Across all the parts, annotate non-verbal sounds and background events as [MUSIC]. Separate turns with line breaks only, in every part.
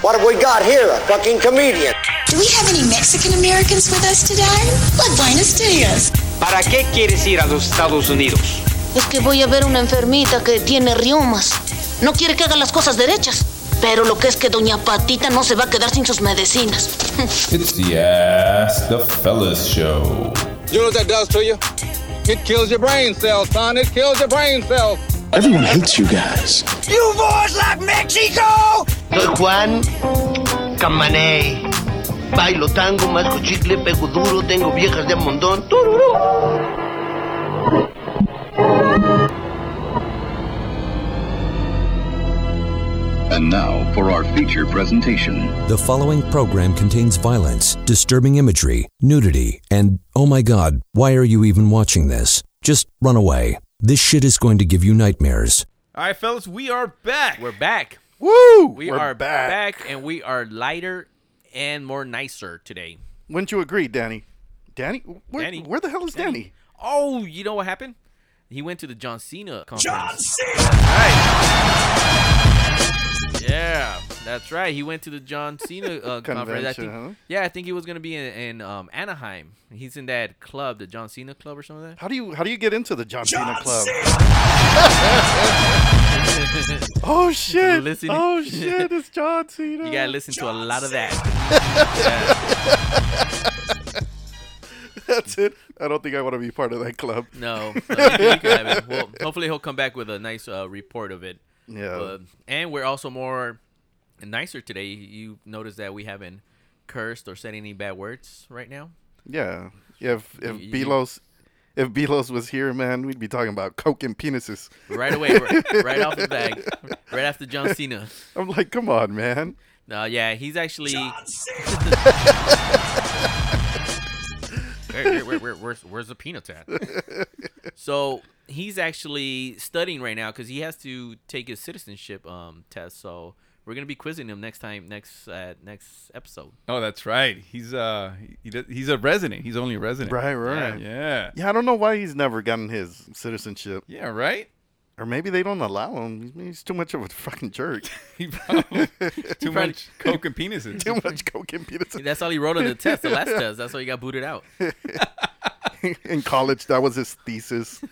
What have we got here? A fucking comedian.
Do we have any Mexican Americans with us today? Like Buenos Dias.
¿Para qué quieres ir a los Estados Unidos?
Es que voy a ver una enfermita que tiene riomas. No quiere que haga las cosas derechas. Pero lo que es que doña Patita no se va a quedar sin sus medicinas. [LAUGHS]
It's the Ask the Fellas Show.
You know what that does to you? It kills your brain cells, son. It kills your brain cells.
Everyone hates you guys.
You boys like Mexico?
Soy Juan Camané. Bailo tango, masco chicle, pego duro, tengo viejas de montón. Tururú.
And now for our feature presentation.
The following program contains violence, disturbing imagery, nudity, and oh my god, why are you even watching this? Just run away. This shit is going to give you nightmares.
All right, fellas, we are back.
We're back.
Woo!
We are back. and we are lighter and more nicer today.
Wouldn't you agree, Danny? Danny? Where,
Danny.
where the hell is Danny?
Oh, you know what happened? He went to the John Cena conference.
John
Cena. Right. Yeah, that's right. He went to the John Cena uh,
[LAUGHS]
conference. I
Convention,
think,
huh?
Yeah, I think he was gonna be in, in um, Anaheim. He's in that club, the John Cena club or something. Like
How do you how do you get into the John, Cena Club?
that.
Oh shit!
Listen- [LAUGHS]
Oh shit! It's John Cena.
you gotta listen to a
John
lot of that.
[LAUGHS] That's it. I don't think I want to be part of that club.
No, no, you can- you can have it. Well, hopefully he'll come back with a nice uh, report of it.
Yeah.
But- and we're also more nicer today. You notice that we haven't cursed or said any bad words right now.
Yeah. If if
Y- y-
Belos if Belos was here, man, we'd be talking about coke and penises.
Right away, right, right off the
[LAUGHS]
bag, right after John Cena.
I'm like, come on, man.
No, Uh, yeah, he's actually. [LAUGHS] where, where- where- where- where's, where's the peanuts at? so he's actually studying right now because he has to take his citizenship um test. So we're gonna be quizzing him next time, next uh, next episode.
Oh, that's right. He's uh he, does- he's a resident. He's only a resident.
Right, right. Yeah.
Yeah.
I don't know why he's never gotten his citizenship,
Yeah, right?
or maybe they don't allow him. He's too much of a fucking jerk. [LAUGHS]
He probably too much coke and
[LAUGHS]
penises.
too much coke and penises.
That's all he wrote on the test, the
[LAUGHS]
last test. That's why he got booted out.
In college, that was his thesis.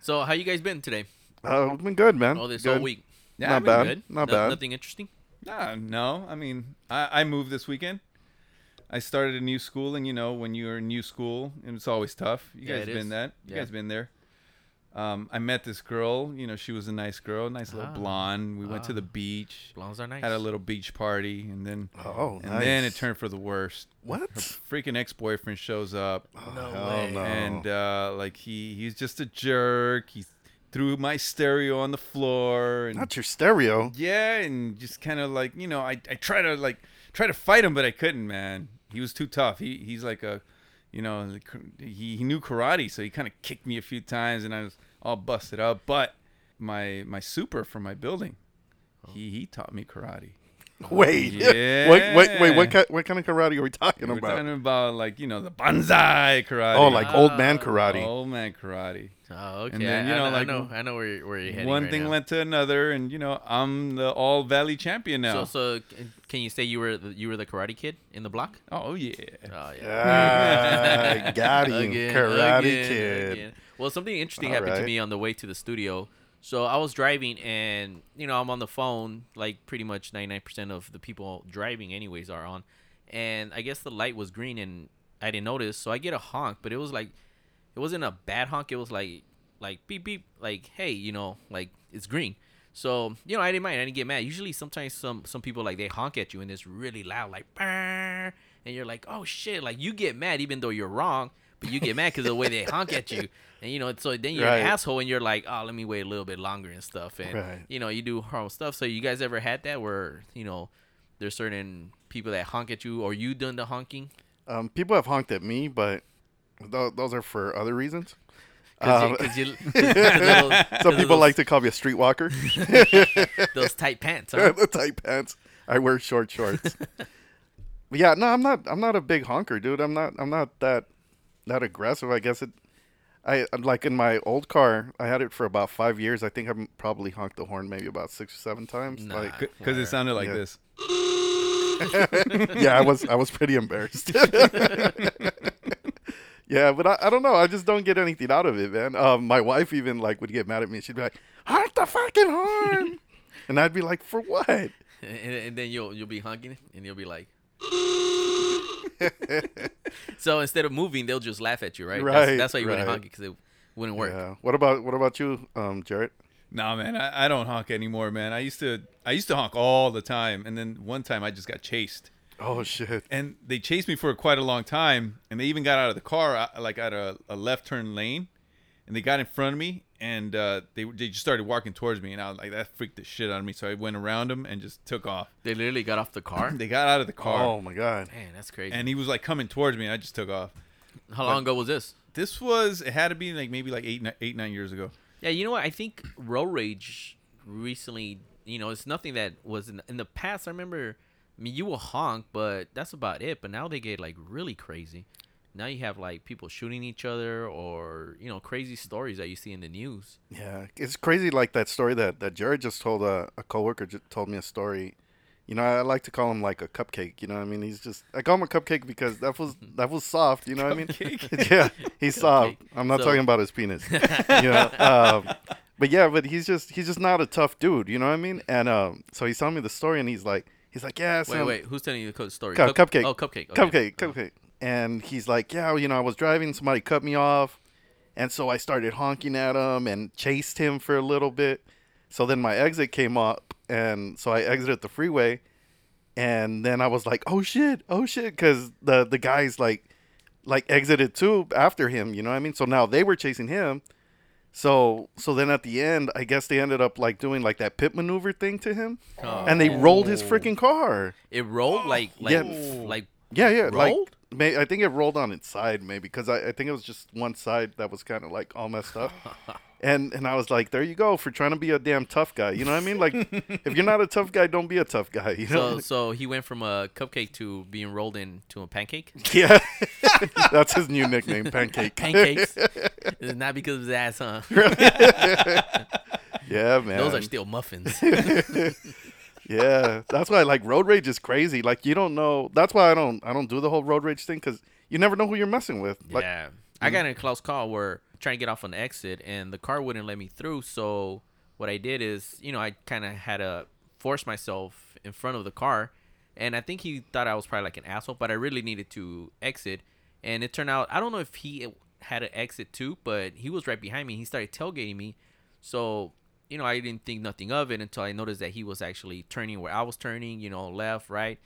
So how you guys been today?
Uh, it's been good, man.
Oh,
All this
good.
whole week.
Yeah,
Not
I've been
bad.
Good.
Not
No-
bad.
Nothing interesting.
Nah, no. I mean, I, I moved this weekend. I started a new school, and you know, when you're in new school, and it's always tough. You
Yeah,
guys
it
been
is.
that? You
Yeah.
guys been there? Um, I met this girl. You know, she was a nice girl, nice little
Ah.
blonde. We went to the beach,
Blondes are nice.
had a little beach party, and then
Oh,
and then
nice.
it turned for the worst.
What?
Her freaking ex boyfriend shows up,
No
way.
no.
and uh, like he [LAUGHS] he's just a jerk. He threw my stereo on the floor. And
Not your stereo.
yeah, and just kind of like you know, I I try to like try to fight him, but I couldn't, man. He was too tough. He he's like a, you know, like, he he knew karate, so he kind of kicked me a few times, and I was all busted up. But my my super from my building,
Oh.
he he taught me karate.
Wait.
Oh,
[LAUGHS]
Yeah.
wait, wait, wait. What, ki- what kind of karate are we talking
We're
about?
talking about like you know the banzai karate.
oh, like old man karate.
old man karate.
Oh, okay.
And then,
I-
you
I,
know,
know, I
like,
know, I know where you're, where you're heading.
One
right
thing
now.
led to another, and you know I'm the all valley champion now.
So, so c- can you say you were the, you were the Karate Kid in the block?
oh yeah.
Oh yeah.
Ah, got him.
Again,
karate
again,
kid.
again. Well, something interesting
All
happened to
right.
me on the way to the studio. So I was driving, and you know I'm on the phone, like pretty much 99% of the people driving, anyways, are on. And I guess the light was green, and I didn't notice, so I get a honk, but it was like, it wasn't a bad honk. It was like, like beep beep, like hey, you know, like it's green. So you know I didn't mind. I didn't get mad. Usually sometimes some some people like they honk at you and it's really loud, like "Brrr," and you're like oh shit, like you get mad even though you're wrong, but you get mad because of the way they honk at you, [LAUGHS] and you know so then you're
Right.
an asshole and you're like oh let me wait a little bit longer and stuff, and
Right.
you know you do harmful stuff. So you guys ever had that where you know there's certain people that honk at you or you done the honking?
Um, people have honked at me, but th- those are for other reasons.
[LAUGHS]
Um, [LAUGHS]
Because you, [LAUGHS] 'cause they'll-
Some
[LAUGHS] 'cause
people
those-
like to call me a
[LAUGHS]
streetwalker. [LAUGHS]
those tight pants. Huh?
the tight pants. I wear short
[LAUGHS]
shorts. but yeah, no, I'm not. I'm not a big honker, dude. I'm not. I'm not that that aggressive. I guess it. I I'm like in my old car. I had it for about five years. I think I m- probably honked the horn maybe about six or seven times.
Nah,
like
C- 'cause it sounded like
Yeah.
this.
yeah, I was I was pretty embarrassed. [LAUGHS] yeah, but I, I don't know. I just don't get anything out of it, man. Um, my wife even like would get mad at me. She'd be like, "Honk the fucking horn," and I'd be like, "For what?"
And, and then you'll you'll be honking it, and you'll be like. so instead of moving, they'll just laugh at you, right?
Right,
That's, that's why you wouldn't
right.
honk it because it wouldn't work.
Yeah. What about what about you, um, Jarrett?
Nah, man, I, I don't honk anymore, man. I used to I used to honk all the time, and then one time I just got chased.
Oh shit!
And they chased me for quite a long time, and they even got out of the car, uh, like out of a left turn lane, and they got in front of me, and uh, they they just started walking towards me, and I was like that freaked the shit out of me, so I went around them and just took off.
They literally got off the car.
they got out of the car.
Oh my god!
Man, that's crazy.
And he was like coming towards me, and I just took off.
How long ago was this?
This was it had to be like maybe like eight ni- eight nine years ago.
Yeah, you know what? I think road rage recently, you know, it's nothing that was in, in the past. I remember, I mean, you will honk, but that's about it. But now they get like really crazy. Now you have like people shooting each other or, you know, crazy stories that you see in the news.
Yeah, it's crazy. Like that story that that Jared just told uh, a, a coworker just told me a story. You know, I like to call him like a cupcake. You know, what I mean, he's just I call him a cupcake because that
[LAUGHS]
was that was soft. You know what I mean?
Cupcake.
[LAUGHS] yeah, he's soft.
Cupcake.
I'm not
So-
talking about his
[LAUGHS]
penis. you know, um, but yeah, but he's just he's just not a tough dude. You know what I mean? And um, so he's telling me the story, and he's like, he's like, yeah,
Wait,
Sam-
wait, who's telling you the co- story?
Cup,
Cup-
cupcake.
Oh, cupcake. okay.
Cupcake. Cupcake. And he's like, yeah, you know, I was driving, somebody cut me off, and so I started honking at him and chased him for a little bit. So then my exit came up, and so I exited the freeway, and then I was like, oh shit, oh shit, because the the guys like like exited too after him. You know what I mean? So now they were chasing him. So so then at the end, I guess they ended up like doing like that pit maneuver thing to him, and they rolled his freaking car.
Uh, It rolled like, like,
Yeah. [LAUGHS]
f- like,
Yeah, yeah.
rolled?
Like, may, I think it rolled on its side, maybe, because I, I think it was just one side that was kind of like all messed
[LAUGHS]
up. And and I was like, there you go for trying to be a damn tough guy. You know what I
[LAUGHS]
mean? Like, if you're not a tough guy, don't be a tough guy. You
so,
know?
so he went from a cupcake to being rolled into a pancake?
[LAUGHS]
[LAUGHS]
yeah, that's his new nickname, Pancake. [LAUGHS]
Pancakes. It's not because of his ass, huh?
yeah, man.
Those are
[LAUGHS]
still muffins.
yeah, that's why like road rage is crazy. Like you don't know. That's why I don't I don't do the whole road rage thing because you never know who you're messing with. Like,
yeah. I got in a close call where trying to get off an exit and the car wouldn't let me through. So what I did is, you know, I kind of had to force myself in front of the car. And I think he thought I was probably like an asshole, but I really needed to exit. And it turned out, I don't know if he had an exit too, but he was right behind me. He started tailgating me. So, you know, I didn't think nothing of it until I noticed that he was actually turning where I was turning, you know, left, right.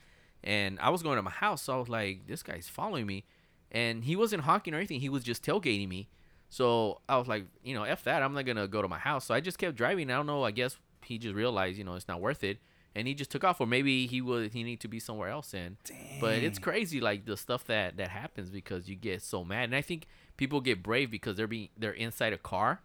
And I was going to my house. So I was like, this guy's following me. And he wasn't honking or anything. He was just tailgating me. So I was like, you know, F that. I'm not going to go to my house. So I just kept driving. I don't know. I guess he just realized, you know, it's not worth it. And he just took off, or maybe he would he need to be somewhere else. And but it's crazy, like the stuff that that happens because you get so mad. And I think people get brave because they're being they're inside a car,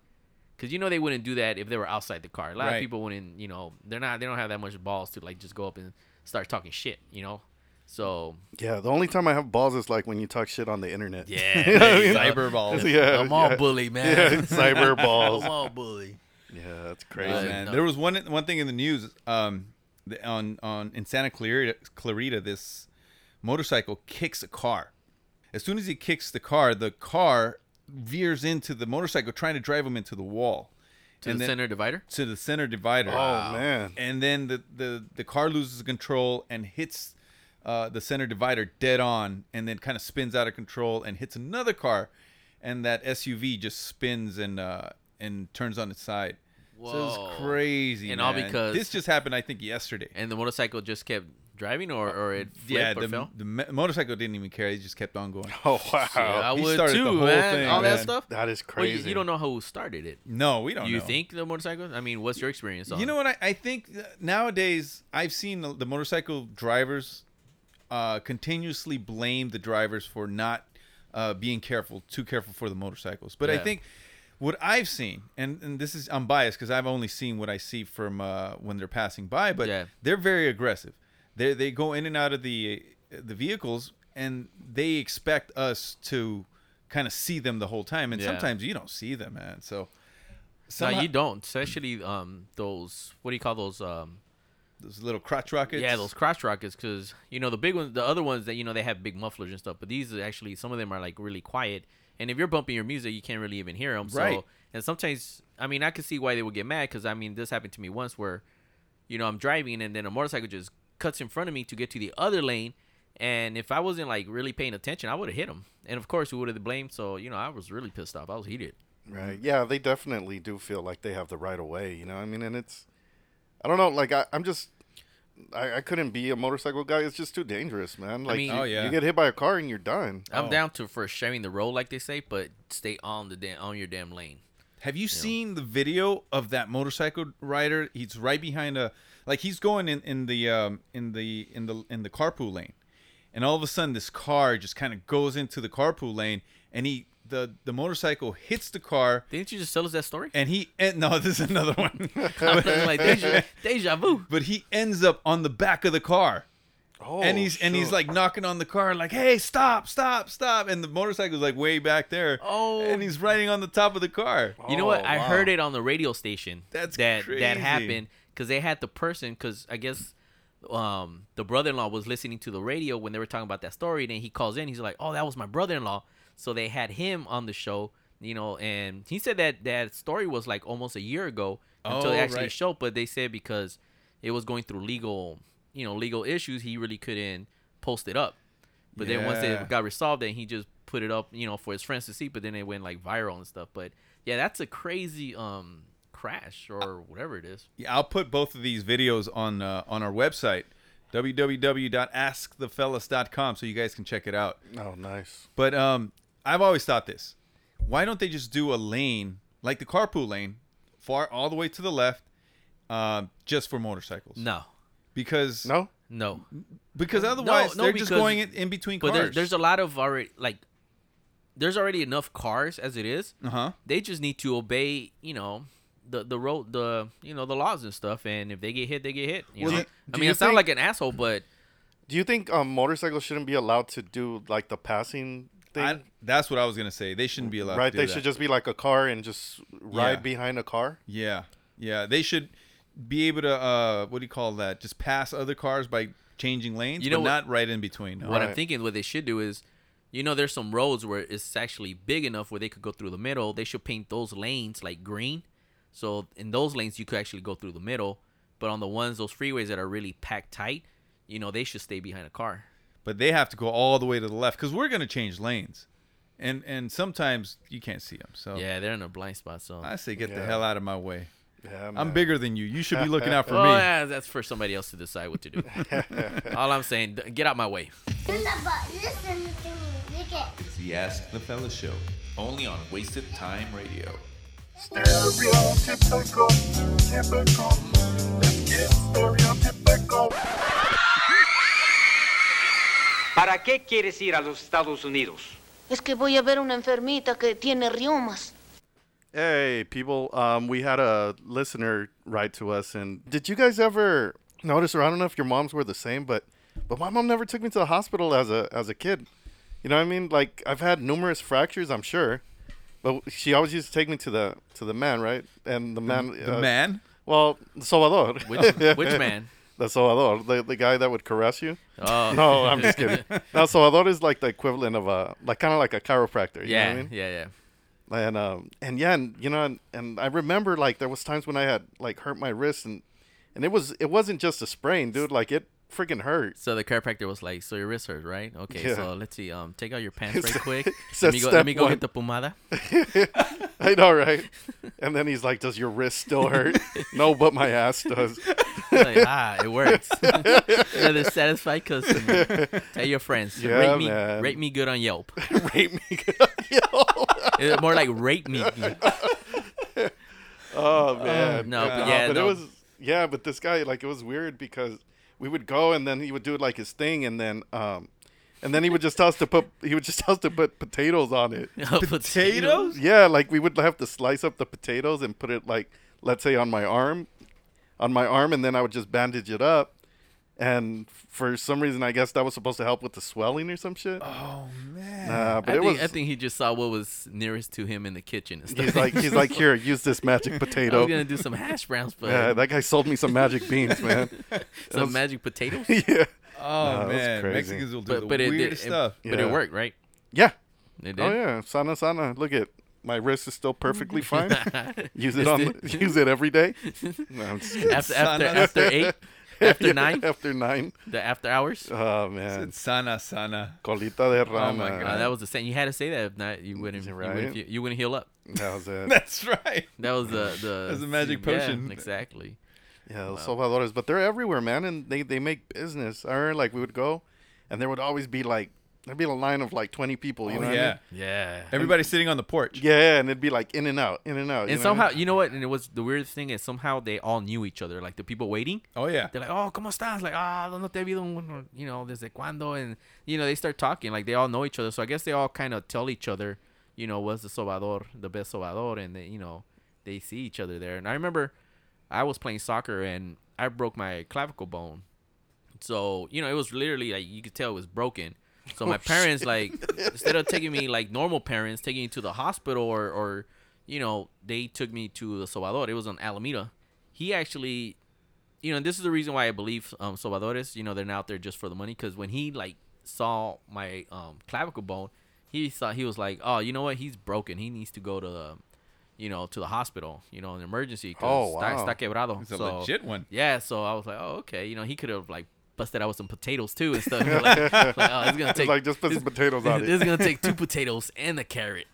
because you know they wouldn't do that if they were outside the car. A lot
Right.
of people wouldn't, you know, they're not they don't have that much balls to like just go up and start talking shit, you know. So
yeah. The only time I have balls is like when you talk shit on the internet. [LAUGHS]
yeah,
You know what I mean?
Cyber balls.
[LAUGHS] Yeah,
I'm all
yeah.
bully,
[LAUGHS]
man.
Yeah, cyber
[LAUGHS]
balls.
I'm all bully.
Yeah, that's
Crazy
crazy.
man. There was one one thing in the news um, the- on on in Santa Clarita, Clarita. This motorcycle kicks a car. As soon as he kicks the car, the car veers into the motorcycle, trying to drive him into the wall.
To the center divider?
To the center divider.
um,
Wow. man.
[LAUGHS]
And then the the the car loses control and hits. Uh, the center divider dead on and then kind of spins out of control and hits another car and that SUV just spins and uh, and turns on its side. So
Whoa.
it's crazy.
And all
man.
because-
this just happened, I think, yesterday.
And the motorcycle just kept driving, or or it flipped
yeah,
or
the,
fell.
the me- motorcycle didn't even care. It just kept on going.
Oh wow.
Yeah, I
He
would
started the
too,
whole
man.
thing,
All
man.
that stuff.
That is
Well, you- you,
crazy.
don't know who started it.
No, we don't
You
know.
think the motorcycle? I mean, what's your experience on?
You
it?
know what? I, I think nowadays I've seen the, the motorcycle drivers uh, continuously blame the drivers for not uh, being careful, too careful for the motorcycles. But I
Yeah.
think what I've seen, and, and this is I'm biased because I've only seen what I see from uh, when they're passing by, but they're very aggressive. They they go in and out of the the vehicles, and they expect us to kind of see them the whole time, and
Yeah.
sometimes you don't see them, man. So,
no,
somehow-
you don't. Especially um those what do you call those um
those little crotch rockets.
Yeah, those crotch rockets cuz you know the big ones the other ones that you know they have big mufflers and stuff, but these are actually some of them are like really quiet. And if you're bumping your music, you can't really even hear them.
Right.
So and sometimes I mean, I could see why they would get mad cuz I mean, this happened to me once where you know, I'm driving and then a motorcycle just cuts in front of me to get to the other lane. And if I wasn't like really paying attention, I would have hit him. And of course, we would have blamed. So, you know, I was really pissed off. I was heated.
Right. Yeah, they definitely do feel like they have the right of way. You know, what I mean, and it's, I don't know, like I, I'm just, I, I couldn't be a motorcycle guy. It's just too dangerous, man. Like,
mean-
you,
Oh, yeah.
you get hit by a car and you're done.
Oh.
I'm down to for sharing the road, like they say, but stay on the damn on your damn lane.
Have you seen the video of that motorcycle rider? He's right behind a like he's going in in the um, in the in the in the carpool lane, and all of a sudden this car just kind of goes into the carpool lane, and he the the motorcycle hits the car.
Didn't you just tell us that story?
And he and no, [LAUGHS] this is another
[LAUGHS]
one.
I'm like, deja-
[LAUGHS]
deja vu.
But he ends up on the back of the car.
Oh,
and he's and he's
shoot.
like knocking on the car, like, "Hey, stop, stop, stop!" And the motorcycle's like way back there. Oh, and he's riding on the top of the car.
You know what? I heard it on the radio station.
That's
that that
crazy.
happened because they had the person because I guess um, the brother-in-law was listening to the radio when they were talking about that story. And then he calls in. He's like, "Oh, that was my brother-in-law." So they had him on the show, you know, and he said that that story was like almost a year ago until they
Oh,
actually
right.
showed. But they said because it was going through legal, you know, legal issues, he really couldn't post it up. But then once
Yeah.
it got resolved, then he just put it up, you know, for his friends to see. But then it went like viral and stuff. But yeah, that's a crazy um crash
Uh,
or whatever it is.
Yeah, I'll put both of these videos on uh, on our website, www.askthefellas.com, so you guys can check it out.
Oh, nice.
But um, I've always thought this: why don't they just do a lane like the carpool lane, far all the way to the left, um, just for motorcycles?
No,
because
no,
no,
because
No,
otherwise
no,
they're just
because-
going in, in between
But
cars.
there's, there's a lot of already like there's already enough cars as it is.
Uh-huh.
They just need to obey, you know, the the road the you know the laws and stuff. And if they get hit, they get hit. You
Well,
know?
do-
I
do
mean,
you
I sound
think-
like an asshole, but
Do you think um, motorcycles shouldn't be allowed to do like the passing thing?
I- that's what I was gonna say. They shouldn't be allowed.
right.
to do
They
that.
should just be like a car and just ride
Yeah.
behind a car.
Yeah, yeah. They should be able to uh, what do you call that? Just pass other cars by changing lanes,
You know
but
what-
not right in between. no.
What I'm thinking, what they should do is, you know, there's some roads where it's actually big enough where they could go through the middle. They should paint those lanes like green, so in those lanes you could actually go through the middle. But on the ones, those freeways that are really packed tight, you know, they should stay behind a car.
but they have to go all the way to the left because we're gonna change lanes, and and sometimes you can't see them.
Oh.
So
Yeah, they're in a blind spot. So
I say get the
Yeah.
hell out of my way.
Yeah,
I'm bigger than you. You should
[LAUGHS]
be looking out for
Well,
me.
Oh, yeah, that's for somebody else to decide what to do.
[LAUGHS]
All I'm saying, d- get out my way.
Listen to me, look at
It's the Ask the Fellas show, only on Wasted Time Radio.
Stereotypical, typical. Let's get stereotypical.
¿Para qué quieres ir a los Estados Unidos?
Es que voy a ver una enfermita que tiene riomas.
Hey, people. Um, we had a listener write to us, and did you guys ever notice, or I don't know if your moms were the same, but but my mom never took me to the hospital as a as a kid. You know what I mean? Like I've had numerous fractures, I'm sure, but she always used to take me to the to the man, right? And the man, uh,
the man?
Well,
[LAUGHS]
Salvador.
Which- which man?
[LAUGHS] The Salvador, the, the guy that would caress you.
Oh.
No, I'm just
[LAUGHS]
kidding. now Salvador is like the equivalent of a like kind of like a chiropractor. You know
Yeah,
what I mean?
yeah, yeah.
and um and yeah and you know and, and i remember like there was times when i had like hurt my wrist and and it was it wasn't just a sprain dude like it freaking hurt
So the chiropractor was like, "So your wrist hurts, right? Okay,
Yeah.
so let's see. Um, take out your pants right
So- [LAUGHS]
quick.
so
Let me go.
step
Let me go
one.
get the pomada.
[LAUGHS] [LAUGHS] i know
[LAUGHS]
right and then he's like does your wrist still hurt no but my ass does [LAUGHS]
Like, ah, it works. [LAUGHS] Another satisfied
[LAUGHS]
customer. Tell your friends.
Yeah,
rate me.
man.
Rate me good
[LAUGHS]
on Yelp.
rate me good on Yelp.
It's more like rate me.
[LAUGHS] Oh man.
no, but yeah,
but
no.
it
[LAUGHS]
was yeah, but this guy like it was weird because we would go and then he would do like his thing and then um and then he would just tell us to put he would just tell us to put potatoes on it.
Potatoes?
Yeah, like we would have to slice up the potatoes and put it like let's say on my arm on my arm and then I would just bandage it up and for some reason, I guess that was supposed to help with the swelling or some shit.
Oh man!
Nah, but
I
it
think,
was.
I think he just saw what was nearest to him in the kitchen. And stuff.
He's like,
[LAUGHS]
he's like, here, use this magic potato.
I was gonna do some hash browns,
[LAUGHS]
but
yeah, that guy sold me some
[LAUGHS]
magic beans, man. [LAUGHS]
some
Those- [LAUGHS]
magic potatoes.
yeah.
Oh,
Nah, that was
man,
crazy.
Mexicans will do
But-
the
but it did-
weirdest
it-
stuff.
but it worked, right?
Yeah.
It
Oh
did?
yeah, sana sana. Look at my wrist is still
[LAUGHS]
perfectly fine. use it
Just
on.
did-
[LAUGHS] use it every
[LAUGHS]
day. No, I'm just kidding.
After- after- after eight?
[LAUGHS]
After nine?
After nine.
The after hours.
Oh man.
It's sana sana. [LAUGHS]
Colita de rana.
Oh my god, that was the same. You had to say that. If not, you wouldn't. You,
right?
wouldn't you, you wouldn't heal up. [LAUGHS]
That was it.
That's right.
That was the the.
That's a magic
yeah,
potion.
[LAUGHS] exactly.
Yeah, Los Salvadores, but they're everywhere, man, and they they make business. I remember, like we would go, and there would always be like there'd be a line of like twenty people. You
Oh,
know? What I
yeah.
mean?
Yeah.
Everybody sitting on the porch.
Yeah, and it'd be like in and out, in and out.
And somehow, you know what? And it was the weirdest thing is somehow they all knew each other. Like the people waiting.
Oh yeah.
They're like, oh, ¿cómo estás? Like, ah, ¿dónde te he visto? un- You know, desde cuándo? And, you know, they start talking. Like, they all know each other. So I guess they all kind of tell each other, you know, what's the Sobador, the best Sobador. And, they, you know, they see each other there. And I remember I was playing soccer and I broke my clavicle bone. So, you know, it was literally like you could tell it was broken. So my parents like instead of taking me like normal parents taking me to the hospital or or you know, they took me to the Salvador. It was on Alameda. He actually you know, and this is the reason why I believe um Salvadores, you know, they're not there just for the money cuz when he like saw my um clavicle bone, he thought he was like, "Oh, you know what? He's broken. He needs to go to the you know, to the hospital, you know, an emergency 'cause
Oh,
está-
wow.
está quebrado.
It's a
So-
legit one.
Yeah, so I was like, oh, okay. You know, he could have like busted out with some potatoes too and stuff. [LAUGHS] like, like, oh, it's
[LAUGHS]
gonna
It's
take
like, just put some
this- [LAUGHS]
potatoes on
this,
it.
This is gonna take two potatoes and a carrot.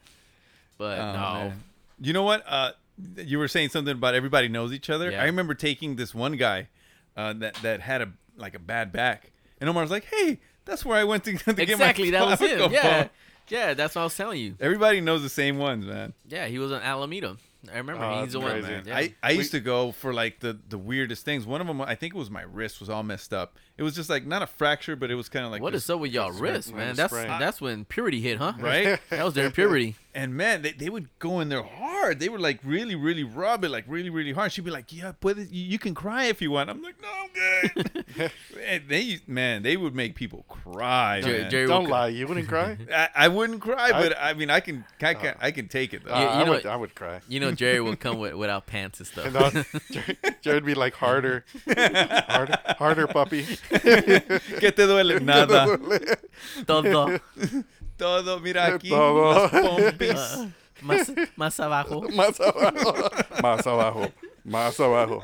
But
Oh,
no,
man. You know what? Uh, you were saying something about everybody knows each other.
Yeah.
I remember taking this one guy uh, that that had a like a bad back, and Omar was like, "Hey, that's where I went to, [LAUGHS] to get my
exactly that was
clavicle
him. Yeah,
bone."
yeah, that's what I was telling you.
Everybody knows the same ones, man.
Yeah, he was an Alameda. I remember
Oh,
he's
that's
the
crazy.
one. Yeah.
I, I used to go for like the, the weirdest things. One of them, I think it was my wrist was all messed up. It was just like not a fracture, but it was kind of like
what
this-
is up with y'all
this-
wrists,
Sprain.
man? That's
Sprain.
that's when purity hit, huh?
Right?
[LAUGHS]
that was during purity.
And man, they, they would go in there hard. They would like really, really rub it, like really, really hard. She'd be like, "Yeah, put it, you, you can cry if you want." I'm like, "No, I'm good." and Eh, they, man, they would make people cry.
Jerry-
man.
Jerry
Don't
would-
lie, you wouldn't
[LAUGHS]
cry.
I, I wouldn't cry,
I-
but I mean, I can, I can, I can take it though.
Uh,
you
I
know
would,
what-
I would cry.
[LAUGHS] [LAUGHS] You know, Jerry will come with, without pants and stuff.
And
[LAUGHS]
I'll- [LAUGHS] Jared Jared would be like harder, harder, harder, puppy.
[LAUGHS]
[LAUGHS]
Que te duele nada.
[LAUGHS]
Todo
Todo, mira aquí.
Todo.
las
[LAUGHS]
Ah.
pompis.
Uh, más más abajo.
Más abajo, más abajo, más abajo.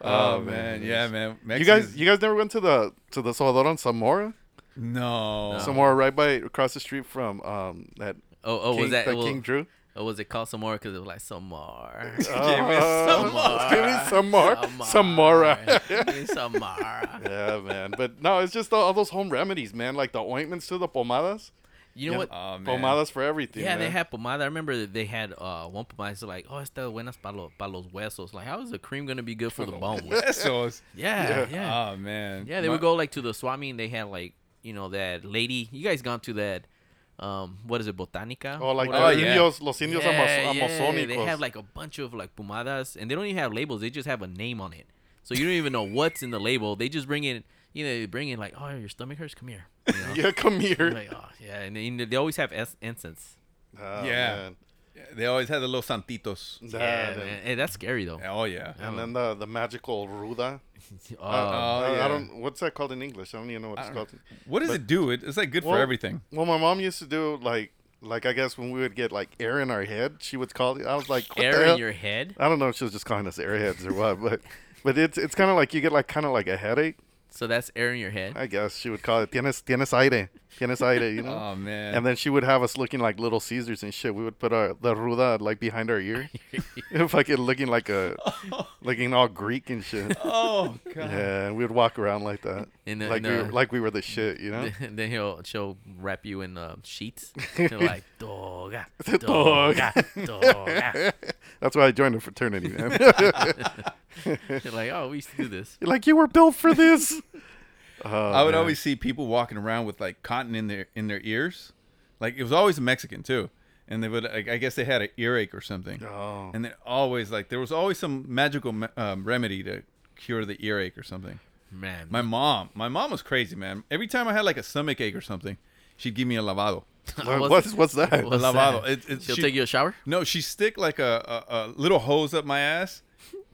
Oh, man, yeah, man.
You
Mexicans-
guys, you guys never went to the to the Salvador on Zamora?
no.
Zamora, right by across the street from um that.
Oh, oh,
King,
was that, well,
King
[LAUGHS]
Drew?
Or was it called some more? Because it was like some more.
[LAUGHS] Ah. Uh, give me some more, some more.
[LAUGHS] Samara.
[LAUGHS] yeah, man. But no, it's just all, all those home remedies, man. Like the ointments to the pomadas,
You know what?
Oh, man.
pomadas for everything.
yeah, they
man.
had pomada. I remember that they had uh, one pomada. It's like, oh, esta buenas para los, para los huesos. Like, how is the cream gonna be
[LAUGHS]
good for the bone?
Pesos.
yeah, [LAUGHS] yeah,
Oh man.
yeah. They
My-
would go like to the swami and they had like, you know, that lady. You guys gone to that? Um, what is it, botanica?
Oh, like
What
the
Oh,
is it?
yeah.
indios, los indios
Yeah,
Amaz-
yeah, They
amazonicos.
have like a bunch of like pomadas, and they don't even have labels. They just have a name on it, so you don't even know what's in the label. They just bring in, you know, they bring in like, oh, your stomach hurts, come here. You
[LAUGHS]
know?
yeah, come
You're
here.
like, oh, yeah, and they, they always have es- incense.
Oh,
Yeah.
man.
They always had the little santitos.
That
Yeah,
and-
man. Hey, that's scary though. [LAUGHS]
Oh yeah.
And then the, the magical ruda.
Oh,
Uh, I-
yeah.
I don't. What's that called in English? I don't even know what it's called.
What does it do? It, it's like good for
Well-
everything.
Well, my mom used to do like, like I guess when we would get like air in our head, she would call it. I was like, what the
air in
hell?
your head.
I don't know if she was just calling us airheads or what, but but it's it's kind of like you get like kind of like a headache.
So that's air in your head. [LAUGHS]
I guess she would call it tienes tienes aire, tienes aire, you know.
Oh man.
and then she would have us looking like little Caesars and shit. We would put our the ruda like behind
[LAUGHS]
our ear, [LAUGHS] fucking looking like a looking all Greek and shit.
oh god.
Yeah, and we would walk around like that,
And, uh,
like we
no.
were, like we were the shit,
[LAUGHS]
you know.
then he'll she'll wrap you in uh,
[LAUGHS]
sheets. They're like doga,
Doga. [LAUGHS]
doga, doga.
That's why I joined a fraternity, man. [LAUGHS]
They're like, oh, we used to do this.
like you were built
[LAUGHS]
for this.
I would always see people walking around with like cotton in their in their ears. Like it was always a Mexican too. And they would, like, I guess, they had an earache or something.
Oh.
And then always, like, there was always some magical me- um, remedy to cure the earache or something.
Man.
My mom, my mom was crazy, man. Every time I had like a stomach ache or something, she'd give me a lavado.
What- what's- what's that? What's
a lavado.
that?
It, it,
She'll take
you a shower?
No, she stick like a, a, a little hose up my ass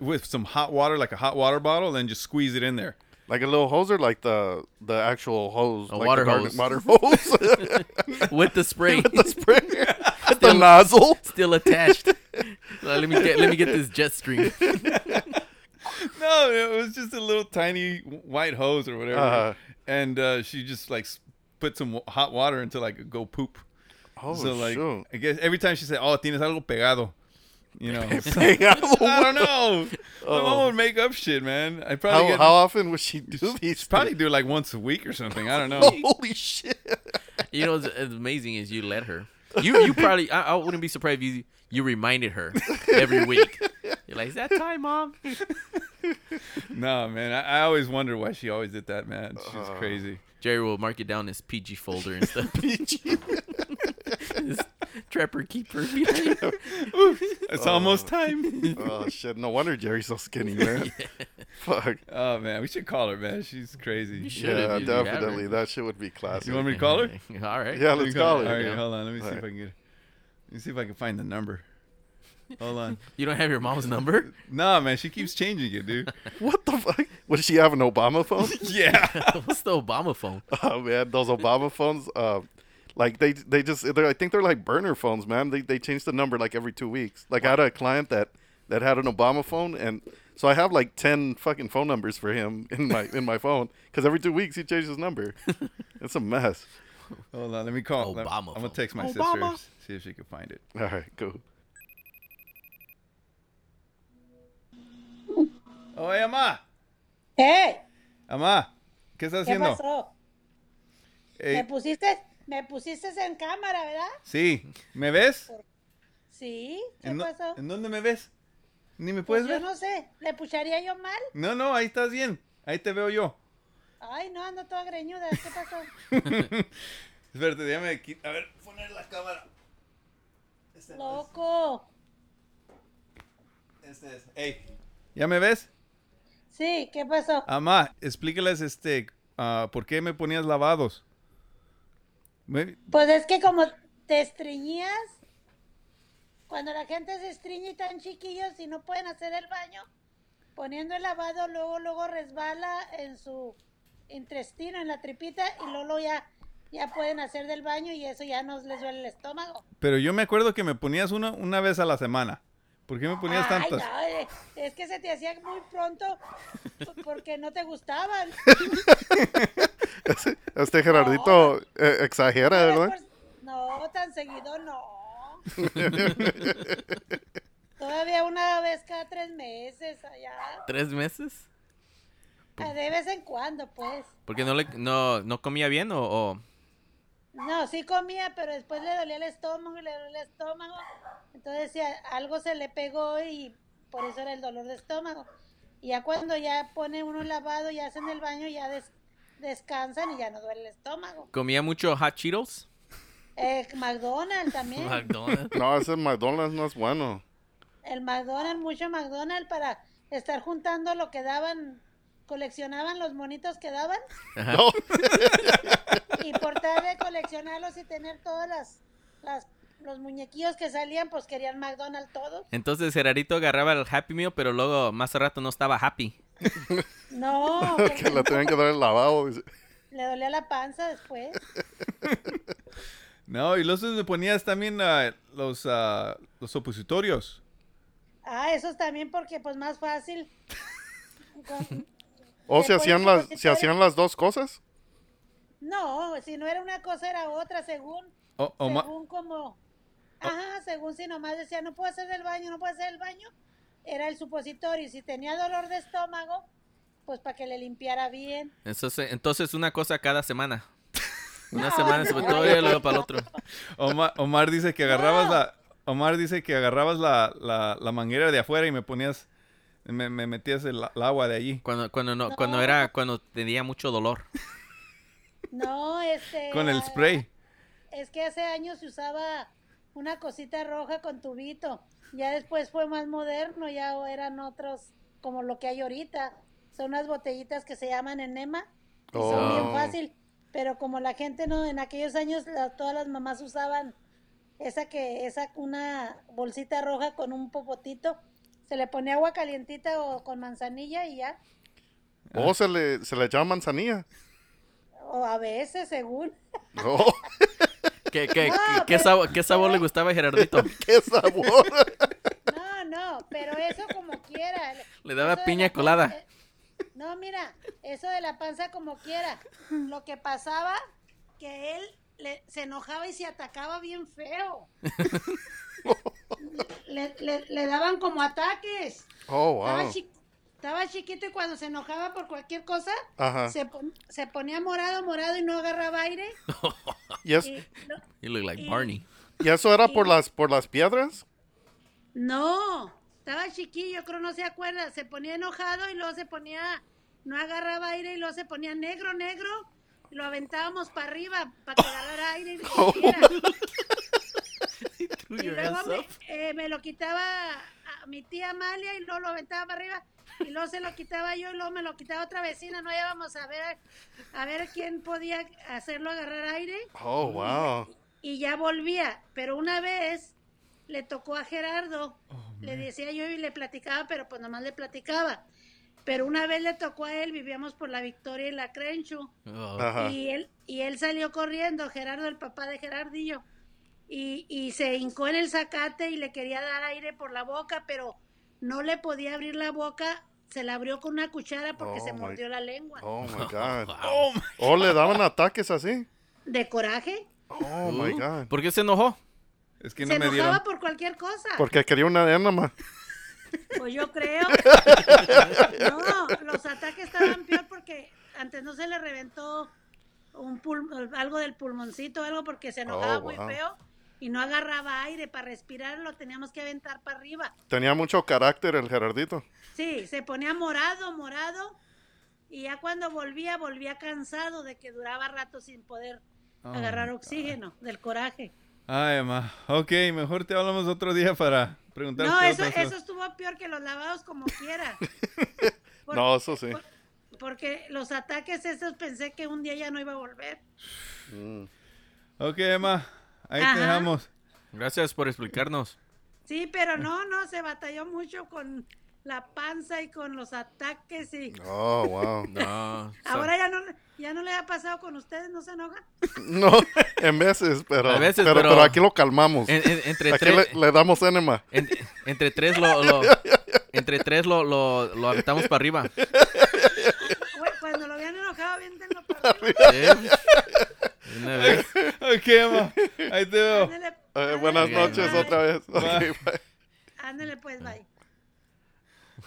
with some hot water, like a hot water bottle, and just squeeze it in there.
Like a little hose or like the the actual hose,
A
like
water
the garden
hose.
water
[LAUGHS]
hose [LAUGHS]
[LAUGHS] With the spray.
with the
[LAUGHS]
spray, with the nozzle [LAUGHS]
still attached. Well, let me get let me get this jet stream.
no, it was just a little tiny white hose or whatever.
Uh-huh.
And uh, she just like s- put some wa- hot water into like go poop.
Oh,
so like
[LAUGHS] shoot.
I guess every time she said, "Oh, tienes algo pegado," you
[LAUGHS]
know, [LAUGHS]
Pegado?
I don't know. My
Oh.
mom would make up shit, man. I probably
How,
get-
how often would she do
She'd
these?
probably do it like once a week or something. I don't
[LAUGHS]
know. [LAUGHS]
Holy shit!
You know, what's what's amazing is you let her. You you probably I, I wouldn't be surprised if you you reminded her every week. You're like, is that time, mom?
no, man. I, I always wonder why she always did that, man. She's
Uh,
crazy.
Jerry will mark it down as PG folder and
[LAUGHS]
stuff.
PG.
[LAUGHS] Trapper keeper.
It's
uh.
almost time.
oh shit! No wonder Jerry's so [LAUGHS] skinny, man. Fuck.
Oh man, we should call her, man. She's crazy.
Yeah, definitely. That shit would be classic.
You want me to call her?
[LAUGHS] All right.
Yeah, let's call her.
All right,
Yeah.
hold on. Let me see
All
if I can get. Let me see if I can find the number. Hold on.
You don't have your mom's number?
Nah, man. She keeps changing it, dude.
What the fuck? What does she have an Obama [LAUGHS] phone?
yeah.
[LAUGHS] What's the Obama phone?
[LAUGHS] Oh man, those Obama phones. Uh, like they they just they're, I think they're like burner phones, man. They they change the number like every two weeks. Like I had a client that that had an Obama phone, and so I have like ten fucking phone numbers for him [LAUGHS] in my in my phone because every two weeks he changes
[LAUGHS]
his number. it's a mess.
Hold on. Let me call. Let-
Obama
I'm gonna
phone.
text my
Obama?
sister. See if she can find it.
All right, cool. [LAUGHS]
Oh, hey, mamá.
¡Eh!
Mamá, ¿qué estás
¿Qué
haciendo?
pasó?
Eh,
Me pusiste, me pusiste en cámara, ¿verdad?
sí. ¿Me ves?
Sí. ¿Qué
¿En, no-
pasó?
en dónde me ves? ¿Ni me
Pues
puedes
yo
ver?
no sé. ¿Le pucharía yo mal?
No, no. Ahí estás bien. Ahí te veo yo.
Ay, no, ando toda greñuda. ¿Qué pasó?
Espérate, déjame. qui- A ver, poner la cámara.
Loco.
Este es. Hey. ¿Ya me ves?
Sí, ¿qué pasó?
Amá, explícales este, ah, ¿por qué me ponías lavados? Me-
Pues es que como te estriñías, cuando la gente se estriñe y tan chiquillos y no pueden hacer el baño, poniendo el lavado, luego, luego resbala en su intestino, en la tripita, y luego luego ya, ya pueden hacer del baño y eso ya no les duele el estómago.
Pero yo me acuerdo que me ponías una, una vez a la semana. ¿Por qué me ponías
Ay,
tantas?
no, eh, es que se te hacía muy pronto p- porque no te gustaban.
Este Gerardito eh, exagera, ¿verdad?
No, tan seguido no. Todavía una vez cada tres meses allá.
¿Tres meses?
Ah, De vez en cuando, pues.
Porque no le no no comía bien o, o-
No, sí comía, pero después le dolía el estómago y le dolía el estómago. Entonces sí, a- algo se le pegó y por eso era el dolor de estómago. Y ya cuando ya pone uno lavado y hacen el baño, ya des- descansan y ya no duele el estómago.
comía mucho hot Cheetos.
Eh, McDonald's también.
[LAUGHS]
No, ese McDonald's no es
[LAUGHS]
bueno.
El McDonald's, mucho McDonald's para estar juntando lo que daban, coleccionaban los monitos que daban
No.
y por tal de coleccionarlos y tener todas las, las- los muñequillos que salían, pues querían McDonald's todos.
Entonces Gerarito agarraba el Happy Meal, pero luego más al rato no estaba happy.
[LAUGHS] No,
[LAUGHS] que le tienen que dar el lavado. dice.
le dolía la panza después.
No, y los me ponías también ah, los, ah, los opositorios.
Ah, esos también porque pues más fácil. Con- Le
O Oh, se hacían
pones
las se hacían las dos cosas.
No, si no era una cosa era otra, según,
O, o ma-
según como, ajá, según si nomás decía no puedo hacer el baño, no puedo hacer el baño, era el supositorio. Y si tenía dolor de estómago, pues para que le limpiara bien.
Entonces, entonces una cosa
[LAUGHS]
cada semana. Una
No,
semana
no,
sobre
no,
todo
no.
y luego para el otro.
Omar, Omar dice que agarrabas la Omar dice que agarrabas la, la, la manguera de afuera y me ponías me, me metías el, el agua de allí.
Cuando cuando no, cuando era cuando tenía mucho dolor.
No, este,
Con el
ah,
spray.
es que hace años se usaba una cosita roja con tubito. Ya después fue más moderno, ya eran otros como lo que hay ahorita. son unas botellitas que se llaman enema y
Oh.
son bien fácil. Pero como la gente no, en aquellos años la- todas las mamás usaban esa que, esa una bolsita roja con un popotito, se le ponía agua calientita o con manzanilla y ya.
O Oh, se le, se le llama manzanilla.
O a veces, según.
Oh.
¿Qué, qué,
No,
qué- qué
pero-
sabor, qué sabor le gustaba a Gerardito?
[LAUGHS] ¿Qué sabor?
No, no, pero eso como quiera.
Le daba
Eso de
piña
la- eh,
colada.
No, mira, eso de la panza como quiera. Lo que pasaba, que él le- se enojaba y se atacaba bien
[LAUGHS]
feo. le, le- le daban como ataques.
Oh, wow.
Estaba, chi- estaba chiquito y cuando se enojaba por cualquier cosa,
Ajá.
se, pon- se ponía morado, morado y no agarraba aire.
[LAUGHS] Y, es-
Y lo-
You look like
Y-
Barney.
y eso era por las por las piedras.
No, estaba chiquillo, creo no se acuerda. Se ponía enojado y luego se ponía, no agarraba aire y luego se ponía negro, negro. y lo aventábamos para arriba para que
[LAUGHS]
agarrara aire. Y, se metiera.
Oh,
Y luego me, eh, me lo quitaba a mi tía Amalia y luego lo aventaba para arriba. Y luego se lo quitaba yo y luego me lo quitaba otra vecina. No íbamos a ver, a ver quién podía hacerlo agarrar aire
Oh, wow.
y ya volvía. Pero una vez le tocó a Gerardo,
Oh,
le decía yo y le platicaba, pero pues nomás le platicaba. Pero una vez le tocó a él, vivíamos por la Victoria y la Crenchu.
Oh,
Ajá.
Y él, y él salió corriendo, Gerardo, el papá de Gerardillo. Y, y se hincó en el zacate y le quería dar aire por la boca, pero no le podía abrir la boca. Se la abrió con una cuchara porque
Oh,
se
my-
mordió la lengua.
Oh [LAUGHS] my god. Oh, le daban ataques así.
¿De coraje?
Oh my god.
¿Por qué se enojó?
Es que
se enojaba por cualquier cosa.
Porque quería una enema.
Pues
[LAUGHS]
yo creo. No, los ataques estaban peor porque antes no se le reventó un pul- algo del pulmoncito, algo porque se enojaba
Oh, wow.
muy feo y no agarraba aire para respirar, lo teníamos que aventar para arriba.
Tenía mucho carácter el Gerardito.
Sí, se ponía morado, morado y ya cuando volvía, volvía cansado de que duraba rato sin poder
Oh,
agarrar oxígeno del coraje.
Ay, ma. Ok, mejor te hablamos otro día para preguntarte
No, eso,
otras cosas.
eso estuvo peor que los lavados como quiera. Por-
No, eso sí.
por- porque los ataques esos pensé que un día ya no iba a volver.
Ok, Emma. Ahí
Ajá.
te dejamos.
Gracias por explicarnos.
Sí, pero no, no, se batalló mucho con la panza y con los ataques y
Oh, wow.
No.
ahora ya no, ya no le ha pasado con ustedes, ¿no se enoja?
[LAUGHS] No, en veces, pero,
A veces,
pero,
pero-
pero aquí lo calmamos.
En- en- entre
aquí
tres-
le, le damos enema.
En- entre tres lo, lo- entre tres lo, lo, lo aventamos para arriba.
Cu- Cuando lo habían enojado, bien
De una vez.
Ok, Emma. Ahí te veo.
Ándale,
Eh, buenas
Ándale,
noches
bye.
otra vez.
Bye.
Ok, bye.
ándale pues, bye.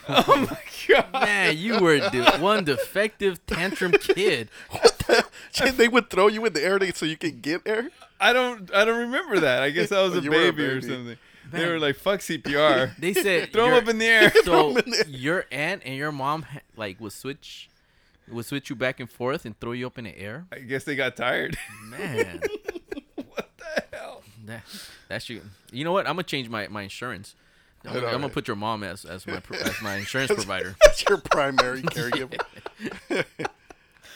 Oh my god.
Man, you were the one defective tantrum kid.
[LAUGHS] Shit, they would throw you in the air so you could get air.
I don't I don't remember that. I guess I was
Oh,
a
[LAUGHS] you were a
baby, or
baby.
something. They
Man.
were like, fuck CPR.
[LAUGHS]
They said
throw him
your-
up in the air.
So your aunt and your mom ha- like would switch would switch you back and forth and throw you up in the air.
I guess they got tired.
[LAUGHS]
Man. That, that's you. You know what? I'm gonna change my, my insurance. I'm,
All
gonna- I'm gonna
right.
put your mom as as my pro-
[LAUGHS]
as my insurance provider.
That's your
[LAUGHS]
primary caregiver. [LAUGHS]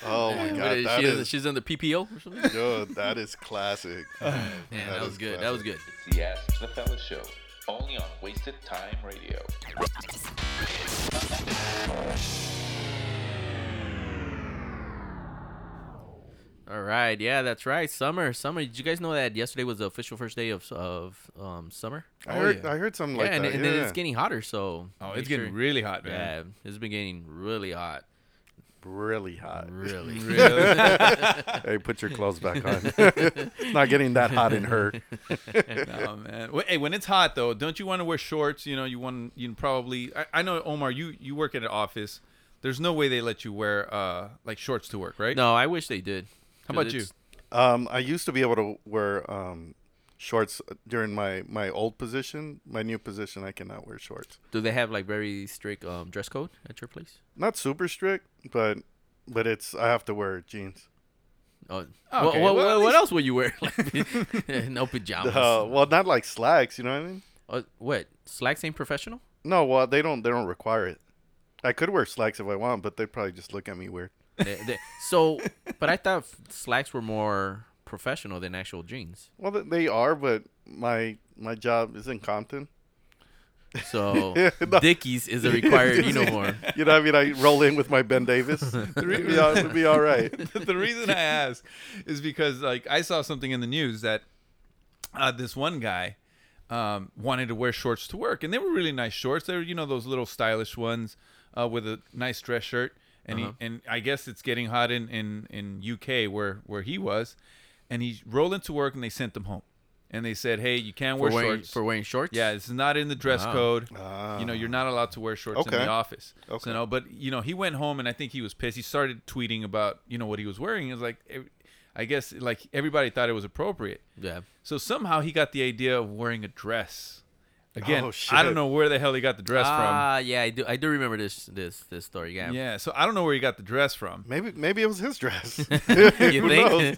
oh my
What
god,
is-
that
she is-
is,
she's in the PPO or something.
yo, that is classic. Man,
[SIGHS] Man, that, was
is
good.
classic.
That was good.
The Ask the Fellas Show, only on Wasted Time Radio.
All right. Yeah, that's right. Summer. Summer. Did you guys know that yesterday was the official first day of of um, summer?
I heard, I heard something [LAUGHS]
yeah,
like
and,
that.
and
yeah.
then it's getting hotter. So
Oh,
make
it's getting really hot, man.
Yeah, it's been getting
[LAUGHS]
really hot.
really
[LAUGHS]
hot.
Really.
hey, put your clothes back
[LAUGHS]
on. [LAUGHS] It's Not getting that hot in her.
Oh man. Wh- Hey, when it's hot though, don't you want to wear shorts? You know, you want you probably. I, I know Omar. You you work at an office. There's no way they let you wear uh like shorts to work, right?
No, I wish they did.
How
'Cause
about you?
it's-
Um, I used to be able to wear um, shorts during my, my old position. My new position, I cannot wear shorts.
Do they have like very strict um, dress code at your place?
Not super strict, but but it's I have to wear
[LAUGHS]
jeans.
Oh,
Oh, okay.
what,
Well, at
what
least-
else would you
[LAUGHS]
wear? Like, [LAUGHS] no pajamas.
Uh, well, not like slacks. You know what I mean?
Uh, what? Slacks ain't professional?
No, well they don't they don't require it. I could wear slacks if I want, but they'd probably just look at me weird.
They- they-
[LAUGHS]
so, but I thought slacks were more professional than actual
[LAUGHS]
jeans.
Well, th- they are, but my my job is in Compton.
So, Dickies is
[LAUGHS]
a required uniform.
You know, what I mean, I roll in with my Ben
[LAUGHS]
Davis. It'd be all, it'd be all right.
[LAUGHS] the reason I ask is because like I saw something in the news that uh, this one guy um, wanted to wear shorts to work, and they were really nice shorts. They were you know those little stylish ones uh, with a nice dress shirt. And
Uh-huh.
he, and I guess it's getting hot in, in in UK where where he was, and he rolled into work and they sent him home, and they said, hey, you can't
For
wear
wearing-
shorts
for wearing shorts?
Yeah, it's not in the dress
Ah.
code. You know, you're not allowed to wear shorts in
Okay.
the office.
Okay.
So, you know, but you know, he went home and I think he was pissed. He started tweeting about you know what he was wearing. It was like, ev- I guess like everybody thought it was appropriate.
Yeah.
So somehow he got the idea of wearing a dress. Again,
Oh,
I
shit.
don't know where the hell he got the dress
Ah, yeah, I do. I do remember this this this story. Yeah.
from. Yeah. So I don't know where he got the dress from.
Maybe maybe it was his dress.
[LAUGHS] You
[LAUGHS] Who
think?
knows?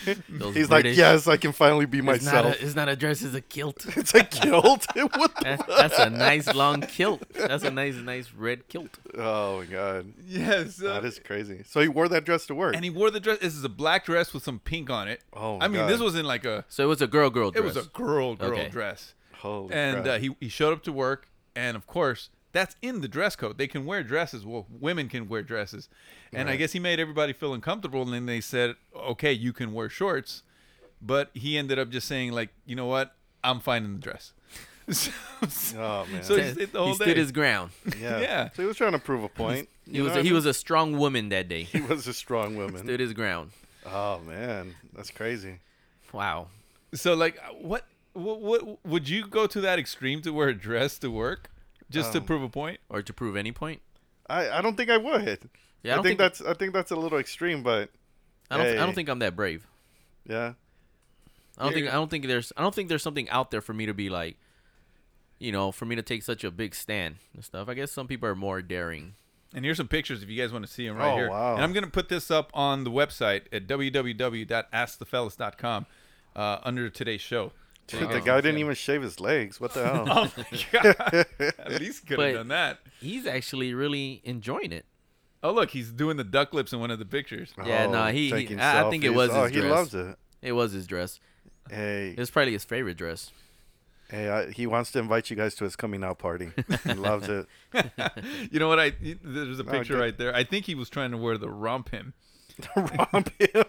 [LAUGHS] Those
He's like,
British-
yes, I can finally be
It's not
myself. [LAUGHS]
a- it's not a dress. It's a kilt.
it's a
[LAUGHS]
kilt. What the
That-
fuck?
That's a nice long kilt. That's a nice nice red kilt.
Oh my god.
Yes, uh,
that is crazy. So he wore that dress to work.
[LAUGHS] And he wore the dress. This is a black dress with some pink on it.
Oh,
I mean,
God.
this wasn't like a.
So it was a girl girl
It was
dress.
a girl girl
Okay.
dress.
Holy
and
crap.
uh, he he showed up to work, and of course that's in the dress code. They can wear dresses. Well, women can wear dresses, and I
Right.
guess he made everybody feel uncomfortable. And then they said, "Okay, you can wear shorts," but he ended up just saying, "Like, you know what? I'm fine in the dress." [LAUGHS] so,
oh man.
So he stayed [LAUGHS] the whole
he
day.
stood his
[LAUGHS]
ground.
Yeah.
yeah.
So he was trying to prove a point.
He
You
was
know
a,
what
he
I
was a strong woman that day.
[LAUGHS]
mean? he was a strong woman.
Stood his ground.
Oh man, that's crazy.
Wow.
So like, what, what what would you go to that extreme to wear a dress to work just to
Um,
prove a point?
Or to prove any point?
I, I don't think I would.
Yeah, I
I, think,
don't think-
that's I think that's a little extreme, but
I don't. I
hey,
don't think I'm that brave.
Yeah.
I don't think.
Here-
I don't think there's. I don't think there's something out there for me to be like, you know, for me to take such a big stand and stuff. I guess some people are more daring.
And here's some pictures if you guys want to see them right
Oh,
here.
wow.
And I'm going to put this up on the website at www.askthefellas.com uh, under today's show.
Dude, the guy didn't even shave his legs.
[LAUGHS]
What the hell?
Oh [LAUGHS] my god! At least could
But
have done that.
He's actually really enjoying it.
Oh look, he's doing the duck lips in one of the pictures.
Yeah, no, he. he- I, I think it was.
Oh,
his
he
dress.
loves it.
It was his dress.
Hey.
It was probably his favorite dress.
Hey, I, he wants to invite you guys to his coming out
[LAUGHS]
party. He loves it.
You know what? I there's a
No,
picture
good.
right there. I think he was trying to wear the romp him.
[LAUGHS]
Romp him.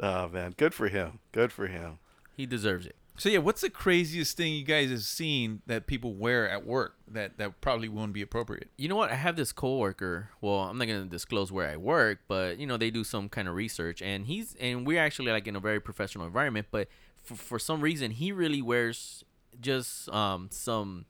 oh man, good for him. Good for him.
He deserves it.
So yeah, what's the craziest thing you guys have seen that people wear at work that that probably wouldn't be appropriate?
You know what? I have this coworker. Well, I'm not gonna disclose where I work, but you know they do some kind of research, and he's and we're actually like in a very professional environment. But for, for some reason, he really wears just um some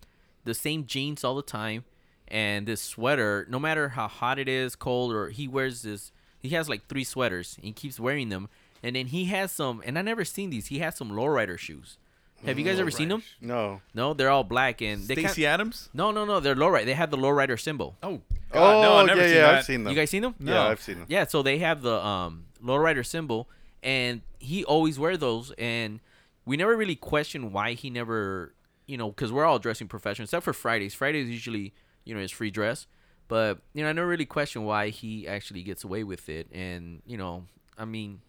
the same jeans all the time, and this sweater. No matter how hot it is, cold, or he wears this. He has like three sweaters. And he keeps wearing them, and then he has some. And I never seen these. He has some lowrider shoes. Have you guys ever seen them?
No.
No, they're all black and they
Stacey Adams?
No, no, no, they're lowrider. They have the lowrider symbol.
Oh,
God, no, I've never seen that.
You guys seen them?
Yeah, No. I've seen them.
Yeah, so they have the um, lowrider symbol, and he always wear those. And we never really question why he never, you know, because we're all dressing professional except for Fridays. Fridays usually, you know, is free dress, but you know, I never really question why he actually gets away with it. And you know, I mean,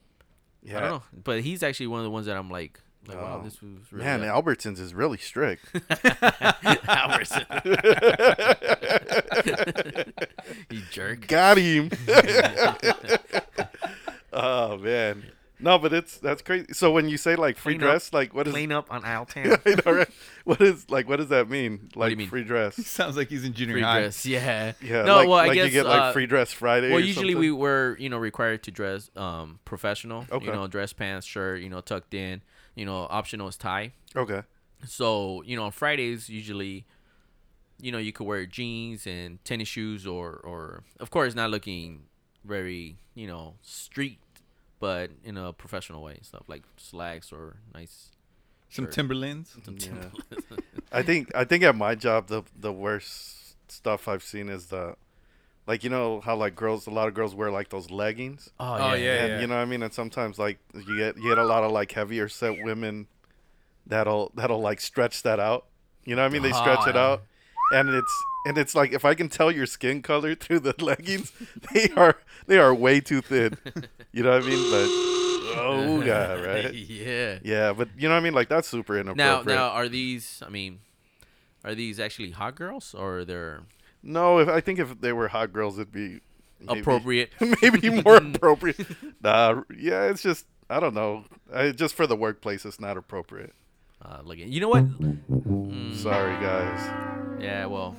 I
Yeah.
don't know, but he's actually one of the ones that I'm like, like wow,
Oh.
this was really
man,
a- [LAUGHS]
Albertsons is really [LAUGHS] strict. [LAUGHS]
Albertsons. [LAUGHS] You jerk.
Got
[LAUGHS]
him. [LAUGHS] oh man. No, but it's that's crazy. So when you say like free
Clean up-
dress, like what is
clean up on
[LAUGHS]
aisle 10.
I know, right? What is like what does that mean? Like
you mean?
free dress.
[LAUGHS]
Sounds like he's in junior
free
high.
dress. [LAUGHS] Yeah.
Yeah,
No,
like-
well, I
like you
guess
get, like,
uh,
free dress Friday
Well,
or
usually we
something?
were, you know, required to dress um professional.
Okay.
You know, dress pants, shirt, you know, tucked in. You know, optional is tie.
Okay.
So you know, on Fridays usually, you know, you could wear jeans and tennis shoes, or or of course not looking very, you know, street, but in a professional way and stuff like slacks or nice.
Some
shirt.
Timberlands.
Some [LAUGHS] Timberlands.
I think I think at my job the the worst stuff I've seen is the like you know how like girls a lot of girls wear like those leggings.
Oh, Oh, yeah. yeah,
And,
yeah.
You know what I mean? And sometimes like you get you get a lot of like heavier set women that'll that'll like stretch that out. You know what I mean? They stretch it
Oh.
out and it's and it's like if I can tell your skin color through the [LAUGHS] leggings, they are they are way too
[LAUGHS]
thin. You know what I mean? But oh god, right?
[LAUGHS] Yeah.
Yeah, but you know what I mean? Like that's super
Now,
inappropriate.
now, are these? I mean, are these actually hot girls or they're
No, if I think if they were hot girls, it'd be
[LAUGHS]
maybe- [LAUGHS]
Appropriate.
maybe
[LAUGHS]
more appropriate. Nah, yeah, it's just I don't know. I, just for the workplace, it's not appropriate.
Uh, look, you know what? Mm.
Sorry, guys.
Yeah, well,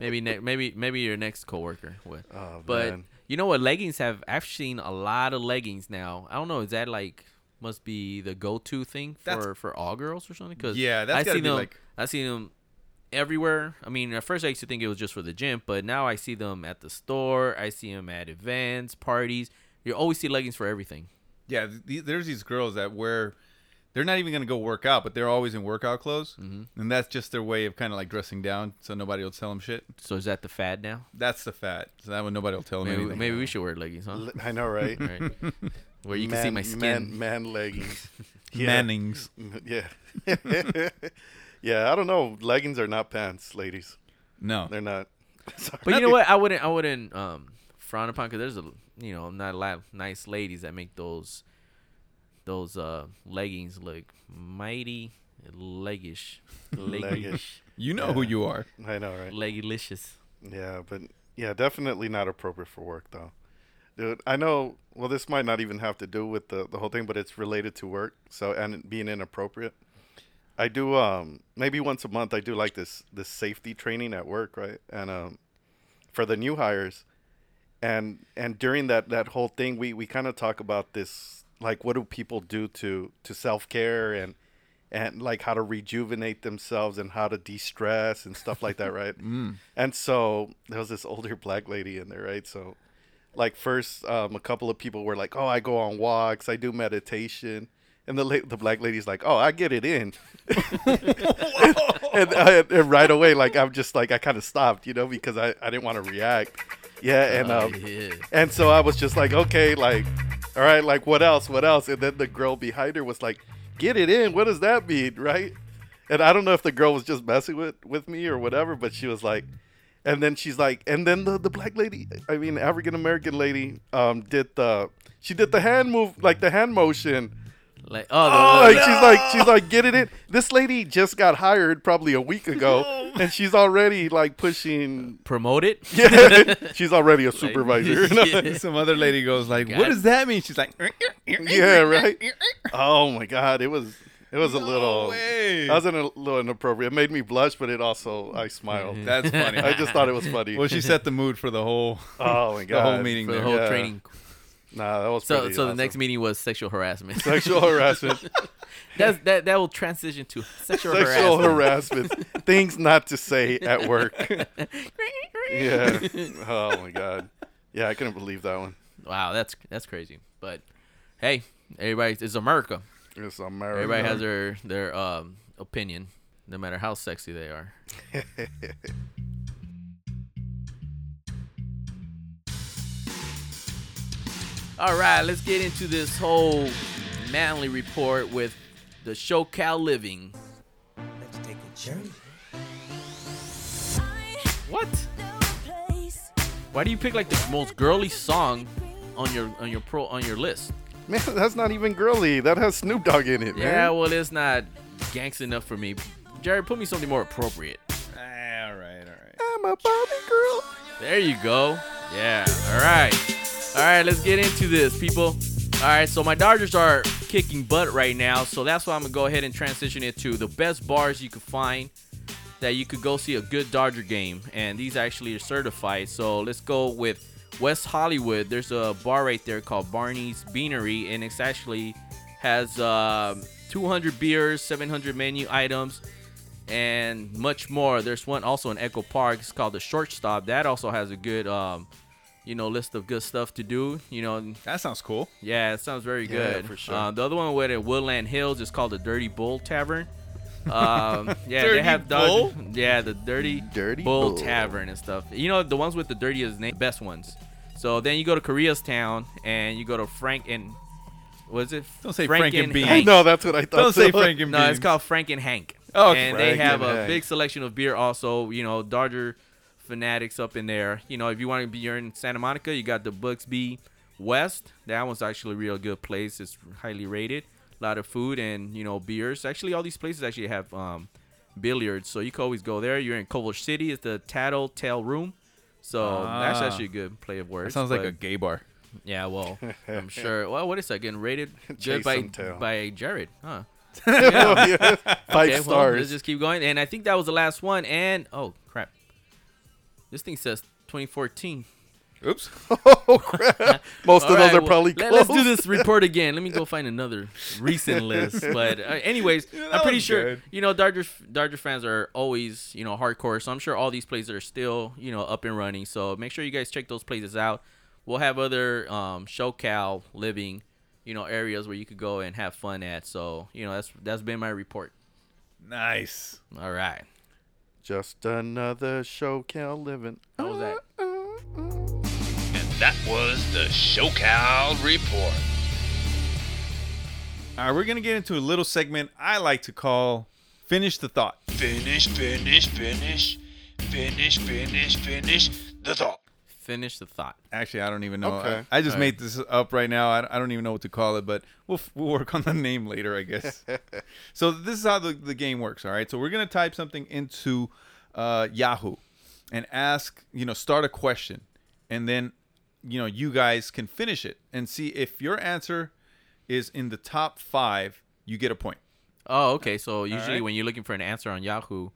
maybe ne- maybe maybe your next coworker would.
Oh,
but
man.
you know what? Leggings have I've seen a lot of leggings now. I don't know. Is that like must be the go-to thing for
That's-
for all girls or something? Because
Yeah, that's
I
gotta
see
be
them.
like-
I see them everywhere. I mean, at first I used to think it was just for the gym, but now I see them at the store. I see them at events, parties. You always see leggings for everything.
Yeah, th- th- there's these girls that wear. They're not even gonna go work out, but they're always in workout clothes, and that's just their way of kind of like dressing down, so nobody will tell them shit.
So is that the fad now?
That's the fad. So that one nobody will tell them
Maybe,
anything.
maybe we should wear leggings, huh?
L- I know,
[LAUGHS]
right? [LAUGHS]
Where you can see my
Man,
skin.
man
[LAUGHS]
leggings. [LAUGHS]
Mannings.
Yeah. [LAUGHS] yeah, I don't know. Leggings are not pants, ladies.
No.
They're not. [LAUGHS] Sorry.
But you know what? I wouldn't. I wouldn't um, frown upon because there's a you know not a lot of nice ladies that make those those uh leggings look mighty leggish.
Leggish.
You know who you are.
I know, right?
Leggylicious.
Yeah, but yeah, definitely not appropriate for work though. Dude, I know well this might not even have to do with the, the whole thing, but it's related to work, so and being inappropriate. I do um maybe once a month I do like this this safety training at work, right? And um for the new hires. And and during that that whole thing we we kind of talk about this like what do people do to to self-care and and like how to rejuvenate themselves and how to de-stress and stuff like that, right?
Mm.
And so there was this older black lady in there, right? So, like first, um, a couple of people were like, "Oh, I go on walks, I do meditation," and the la- the black lady's like, "Oh, I get it in," [LAUGHS] and, I, and right away, like I'm just like I kind of stopped, you know, because I, I didn't want to react. Yeah, and
Oh,
um,
yeah.
and so I was just like, okay, like, all right, like what else? What else? And then the girl behind her was like, get it in. What does that mean, right? And I don't know if the girl was just messing with with me or whatever, but she was like, and then she's like, and then the, the black lady, I mean African American lady, um, did the she did the hand move like the hand motion.
Like oh, the-
Oh,
the-
like she's like she's like get it in. This lady just got hired probably a week ago, and she's already like pushing [LAUGHS]
promote it.
Yeah, she's already a supervisor.
[LAUGHS] Some other lady goes like,
God.
"What does that mean?" She's like,
yeah, right. Oh my god, it was it was a little
way.
that was a little inappropriate. It made me blush, but it also I
Mm-hmm.
smiled.
That's funny.
I just thought it was
[LAUGHS]
funny.
[LAUGHS]
Well, she set the mood for the whole.
Oh my god,
The whole meeting.
For the
there.
whole training.
Nah, that was
so.
pretty
so the
awesome. [LAUGHS]
next meeting was sexual harassment.
Sexual harassment.
[LAUGHS] That's that. That will transition to sexual,
Sexual
harassment.
harassment. Things not to say
[LAUGHS]
at work. yeah. Oh my god. Yeah, I couldn't believe that one.
Wow, that's that's crazy. But hey, everybody, it's America.
It's America.
Everybody has their their um, opinion, no matter how sexy they are. [LAUGHS] All right, let's get into this whole manly report with the show Cal Living.
Let's take a journey.
What? Why do you pick like the most girly song on your on your pro on your list?
Man, that's not even girly. That has Snoop Dogg in it,
Yeah,
man.
well, it's not gangsta enough for me. Jared, put me something more appropriate.
Ah, all right, all right.
I'm a Bobby girl.
There you go. Yeah. All right. All right. Let's get into this, people. All right. So my Dodgers are kicking butt right now. So that's why I'm gonna go ahead and transition it to the best bars you could find that you could go see a good Dodger game. And these actually are certified. So let's go with West Hollywood. There's a bar right there called Barney's Beanery, and it's actually has um 200 beers, 700 menu items and much more. There's one also in Echo Park. It's called the Shortstop. That also has a good, um, you know, list of good stuff to do. You know,
that sounds cool.
Yeah, it sounds very
Yeah,
good.
for sure.
Uh, the other one with at Woodland Hills is called the Dirty Bull
[LAUGHS]
Tavern. Um, yeah, they
Dirty
have
Bull?
dog. Yeah, the Dirty
Dirty
Bull,
Bull.
Tavern and stuff. You know, the ones with the dirtiest name, best ones. So then you go to Korea's Town and you go to Frank and. Was it?
Don't say Frank and Beans.
Hank.
No, that's what I thought.
Don't say
too.
Frank and No, it's Beans. called Frank and Hank.
Oh, Frank
and they have
and
a
Hank.
big selection of beer also. You know, Dodger fanatics up in there. You know, if you want to be here in Santa Monica, you got the Buxby West. That one's actually a real good place. It's highly rated. A lot of food and you know beers. Actually, all these places actually have um, billiards, so you can always go there. You're in Coolidge City. It's the Tattletale Room. So that's
Ah.
actually a good play of words.
sounds like
but-
a gay bar.
Yeah, well, [LAUGHS] I'm sure. Well, what is that? Getting [LAUGHS] rated good
Jason
by
Town.
by Jared, huh?
[LAUGHS] Yeah. Five stars.
Let's just keep going. And I think that was the last one. And oh crap, this thing says 2014.
Oops. [LAUGHS]
oh
crap. Most of those are probably
Let's do
closed. [LAUGHS]
this report again. Let me go find another recent list. But uh, anyways,
Yeah, that
I'm pretty
was
sure
good.
you know Dodger Dodger fans are always you know hardcore. So I'm sure all these plays are still you know up and running. So make sure you guys check those places out. We'll have other um, SoCal living you know areas where you could go and have fun at. So you know that's that's been my report.
Nice.
All right.
Just another show, Cal Living.
How was that?
And that was the SoCal Report.
All right, we're gonna get into a little segment I like to call "Finish the Thought."
Finish, finish, finish, finish, finish, finish the thought.
Finish the thought.
Actually, I don't even know.
Okay.
I, I just
All
made this up right now. I, I don't even know what to call it, but we'll, f- we'll work [LAUGHS] on the name later, I guess. so this is how the, the game works. All right. So we're gonna type something into uh, Yahoo and ask, you know, start a question, and then you know you guys can finish it and see if your answer is in the top five, you get a point.
Oh, okay. So usually
right.
when you're looking for an answer on Yahoo,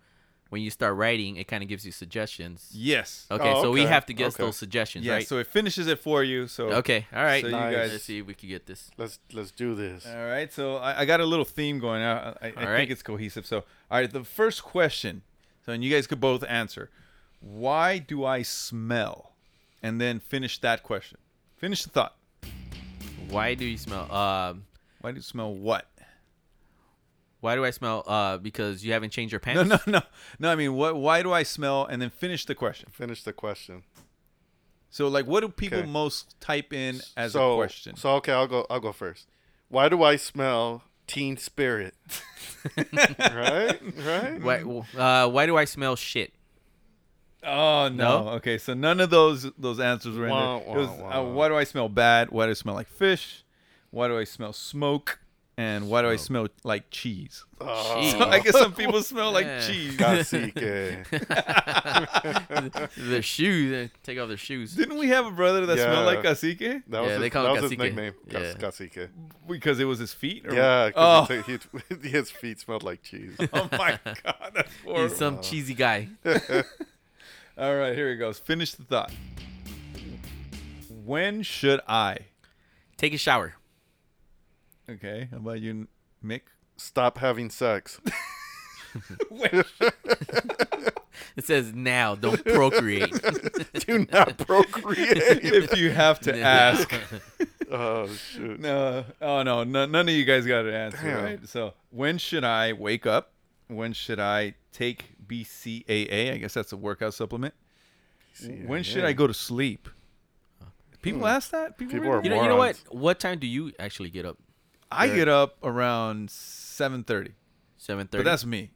when you start writing, it kind of gives you suggestions.
Yes.
Oh, Okay, so we have to guess those suggestions,
oh, Yeah,
right?
So it finishes it for you. So
okay. All right.
So you guys
Let's see if we can get this.
Let's let's do this.
All right, so I, I got a little theme going. I, I, I think
right.
it's cohesive. So, all right, the first question. So, and you guys could both answer. Why do I smell? And then finish that question. Finish the thought.
Why do you smell? Um,
why do you smell what? [LAUGHS]
Why do I smell? Uh, because you haven't changed your
No,
pants.
no, no, no. I mean, what? Why do I smell? And then finish the question.
Finish the question.
So, like, what do people
Okay.
most type in as
so,
a question?
So okay, I'll go. I'll go first. Why do I smell Teen Spirit? right, right.
[LAUGHS] Why, uh, why do I smell shit?
Oh no.
No?
Okay, so none of those those answers were in
Wah,
there. It was,
wah,
uh,
wah.
why do I smell bad? Why do I smell like fish? Why do I smell smoke? And why do I smell like cheese?
Oh.
[LAUGHS] So I guess some
[LAUGHS]
people smell like
Yeah.
cheese.
their shoes. eh, Take off their
[LAUGHS]
shoes.
Didn't we have a brother that smelled like cacique?
That was
yeah,
his,
they call
that
it
was his
cacique.
nickname, Cas-
Yeah.
Cacique.
Because it was his feet. Or
Yeah, 'cause
Oh.
he took- [LAUGHS] he- his feet smelled like cheese.
[LAUGHS] oh
[LAUGHS]
my god, that's horrible.
He's some cheesy guy.
All right, here he goes. Finish the thought. When should I
take a shower?
Okay, how about you, Mick? [LAUGHS]
Stop having sex. [LAUGHS]
It says now. Don't [LAUGHS] procreate.
Do not
[LAUGHS]
procreate.
if you have to
[LAUGHS] Yeah.
ask.
oh shoot.
No, oh no, no, none of you guys got an answer,
Damn.
right? So when should I wake up? When should I take BCAA? I guess that's a workout supplement. When should I go to sleep? Hmm. People ask that. really-
you know, you know what? What time do you actually get up?
I get up around seven thirty.
Seven thirty.
But that's me.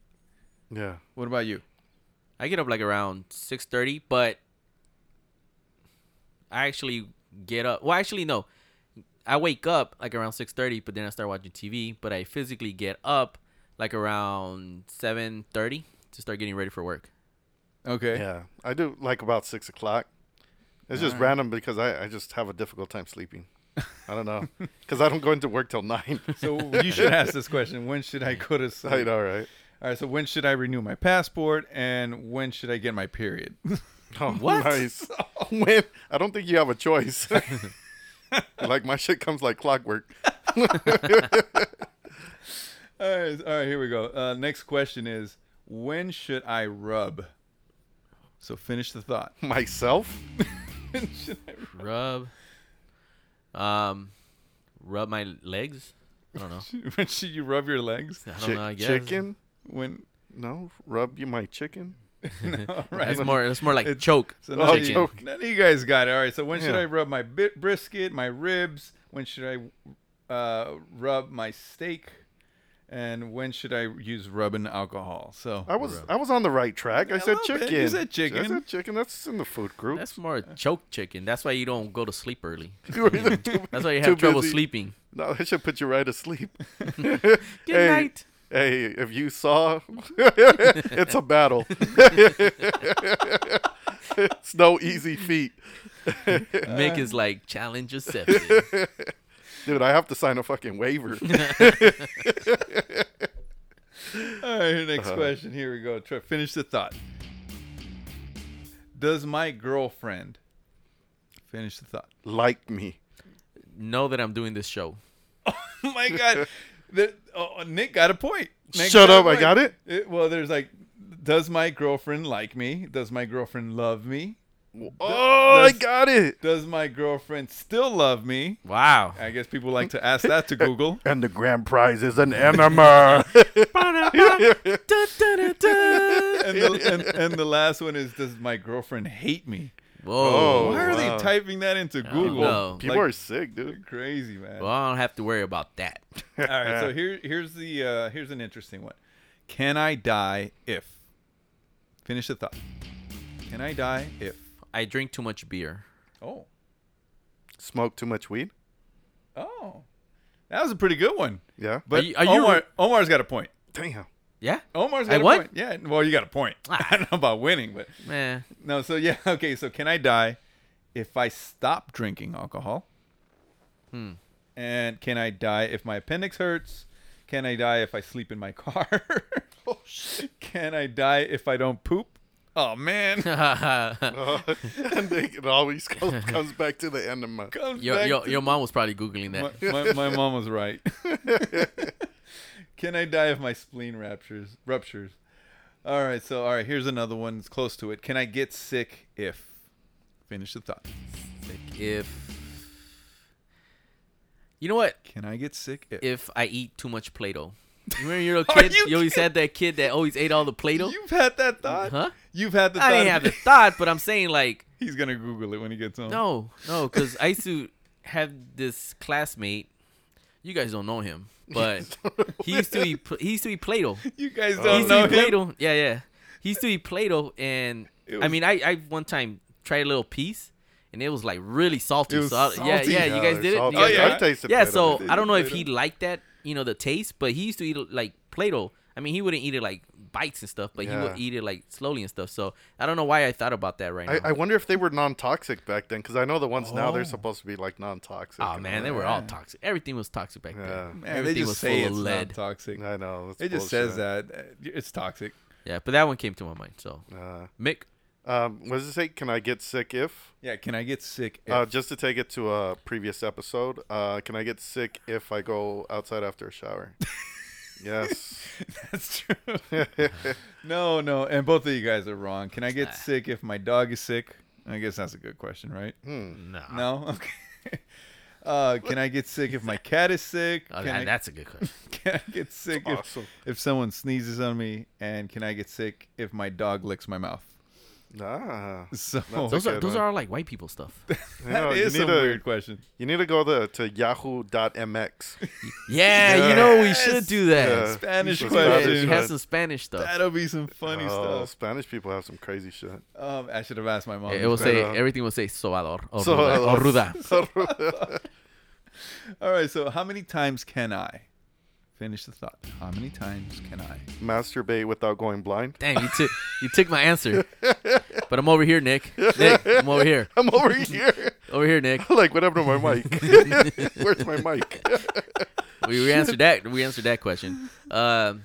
Yeah.
What about you?
I get up like around six thirty, but I actually get up. Well, actually, no. I wake up like around six thirty, but then I start watching TV. But I physically get up like around seven thirty to start getting ready for work.
Okay.
Yeah, I do like about six o'clock. It's just
Alright.
random because I, I just have a difficult time sleeping. I don't
[LAUGHS]
know because I don't go into work till nine. [LAUGHS]
So you should ask this question. When should [LAUGHS] I go to sleep?
Right, all right.
All right. So when should I renew my passport and when should I get my period? [LAUGHS]
Oh, Nice.
Oh.
[LAUGHS] When I don't think you have a choice. [LAUGHS] like my shit comes like clockwork.
All right, all right, here we go. Uh, next question is when should I rub? So finish the thought. [LAUGHS]
Myself?
Rub, um, rub my legs. I don't know.
when should you rub your legs?
I don't know. I guess.
Chicken?
When?
No, rub you my chicken.
All right.
It's more. It's more like
It's-
choke.
So
Oh,
chicken.
none, of you, none of you guys got it. All right. So when should
Yeah.
I rub my bit brisket, my ribs? When should I uh, rub my steak? and when should I use rubbing alcohol? So
I was I was on the right track. I
A
said
little bit.
chicken.
You said chicken.
I said chicken. That's in the food group.
That's more choke chicken. That's why you don't go to sleep early.
You're either too-
[LAUGHS] That's why you
too
have trouble
busy.
sleeping.
No, that should put you right asleep.
[LAUGHS]
Good
night.
[LAUGHS] Hey, if you saw, [LAUGHS] it's a battle. [LAUGHS] it's no easy feat.
Mick is like challenge accepted.
Dude, I have to sign a fucking [LAUGHS] waiver.
All right, next
Uh-huh.
question. Here we go. Try, finish the thought. Does my girlfriend finish the thought?
Like me.
Know that I'm doing this show.
Oh [LAUGHS] my god, The- oh, Nick got a point. Nick
Shut
got a
up, I
point.
got it?
Well, there's like, does my girlfriend like me? Does my girlfriend love me?
Oh, I got it.
Does my girlfriend still love me?
Wow.
I guess people like to ask that to
[LAUGHS]
Google.
And the grand prize is an enema. [LAUGHS]
and, the, and, and the last one is does my girlfriend hate me?
Whoa.
Why are
Oh, Wow.
they typing that into
I don't
Google?
know. People are
sick, dude.
Crazy, man.
Well, I don't have to worry about that.
All right, so here here's the uh, here's an interesting one. Can I die if? Finish the thought. Can I die if?
I drink too much beer.
Oh,
Smoke too much weed?
oh, that was a pretty good one.
Yeah.
But
Are you- are you-
Omar Omar's got a point.
Damn.
Yeah.
Omar's
I
got a
won?
point. Yeah. Well, you got a point. [LAUGHS] I don't know about winning, but
Man.
no. So yeah, [LAUGHS] okay. So can I die if I stop drinking alcohol?
Hmm.
And can I die if my appendix hurts? Can I die if I sleep in my car? [LAUGHS] oh, shit. Can I die if I don't poop? Oh man. [LAUGHS]
[LAUGHS]
and they, it [LAUGHS] always comes, comes back to the enema.
Comes
Your,
back
your,
to-
your mom was probably Googling
my,
that.
my, my mom was right. [LAUGHS] Can I die if my spleen ruptures? Ruptures. All right. So all right. Here's another one. It's close to it. Can I get sick if? Finish the thought.
if. You know what?
Can I get sick if?
If I eat too much Play Doh. Remember you're a kid? You, always had that kid that always ate all the Play Doh?
You've had that thought.
Huh?
You've had the
I
thought.
didn't have the thought, but I'm
[LAUGHS]
saying like
He's gonna Google it when he gets home.
No, no, because I used to have this classmate. You guys don't
[LAUGHS]
know him, but he used to eat. pl- He used to eat Play-Doh.
You guys
he
don't
used
know
to eat
him?
Play-Doh. Yeah, yeah. He used to eat Play-Doh, and
It
I
was-
mean, I, I one time tried a little piece, and it was like really salty.
It was
so I- yeah,
salty. Yeah,
yeah, You guys
they're
did it.
salty.
You
Oh,
guys
yeah.
tried it?
I've tasted
yeah.
Play-Doh.
So
I've
I don't know if
tasted
he liked that, you know, the taste, but he used to eat like Play-Doh. I mean, he wouldn't eat it like bites and stuff, but he
Yeah.
would eat it like slowly and stuff. So I don't know why I thought about that right
I,
now.
I wonder if they were non-toxic back then, because I know the ones now
Oh.
they're supposed to be like non-toxic.
Oh man, they were all toxic. Everything was toxic back then.
Yeah.
Man,
Everything
they just
was
say
full
it's
of
not
lead.
toxic.
I know. that's
It just
bullshit.
says that Uh, it's toxic.
Yeah, but that one came to my mind. So
Uh,
Mick,
Um, what does it say? Can I get sick if?
Yeah. Can I get sick? If?
Uh, just to take it to a previous episode, uh, can I get sick if I go outside after a shower?
[LAUGHS]
yes.
That's true. [LAUGHS] no, no. And both of you guys are wrong. Can I get sick if my dog is sick? I guess that's a good question, right?
Hmm.
no,
No. [LAUGHS] Okay. Uh, can I get sick if
[LAUGHS]
my cat is sick?
Oh,
Can
that-
I-
that's a
[LAUGHS]
good question.
[LAUGHS] Can I get sick
Awesome.
if, if someone sneezes on me? And can I get sick if my dog licks my mouth? [LAUGHS]
Ah.
So
those are those are all like white people
[LAUGHS]
stuff.
You
[LAUGHS] That
know,
is
you need
some
to-
weird question.
You need to go to, to
[LAUGHS]
yahoo.mx.
yeah, you know we should do that.
Yeah.
Spanish
Some
question.
Uh, Spanish
He
Spanish
has
one.
some Spanish stuff.
That'll be some funny
Oh,
stuff.
Spanish people have some crazy
[LAUGHS]
shit. [LAUGHS]
Um, I should have asked my mom.
It will
this
say
Yeah.
everything will say sobador or
So-
ruda. Or
[LAUGHS]
ruda.
All right, so how many times can I? Finish the thought. How many times can I?
Masturbate without going
[LAUGHS]
blind.
Damn, you took you took my answer, but I'm over here, Nick. Nick, I'm over here.
I'm over here.
Over here, Nick.
[LAUGHS] like, what happened to my
[LAUGHS]
mic? [LAUGHS] Where's my mic?
We, we answered that. We answered that question. Um,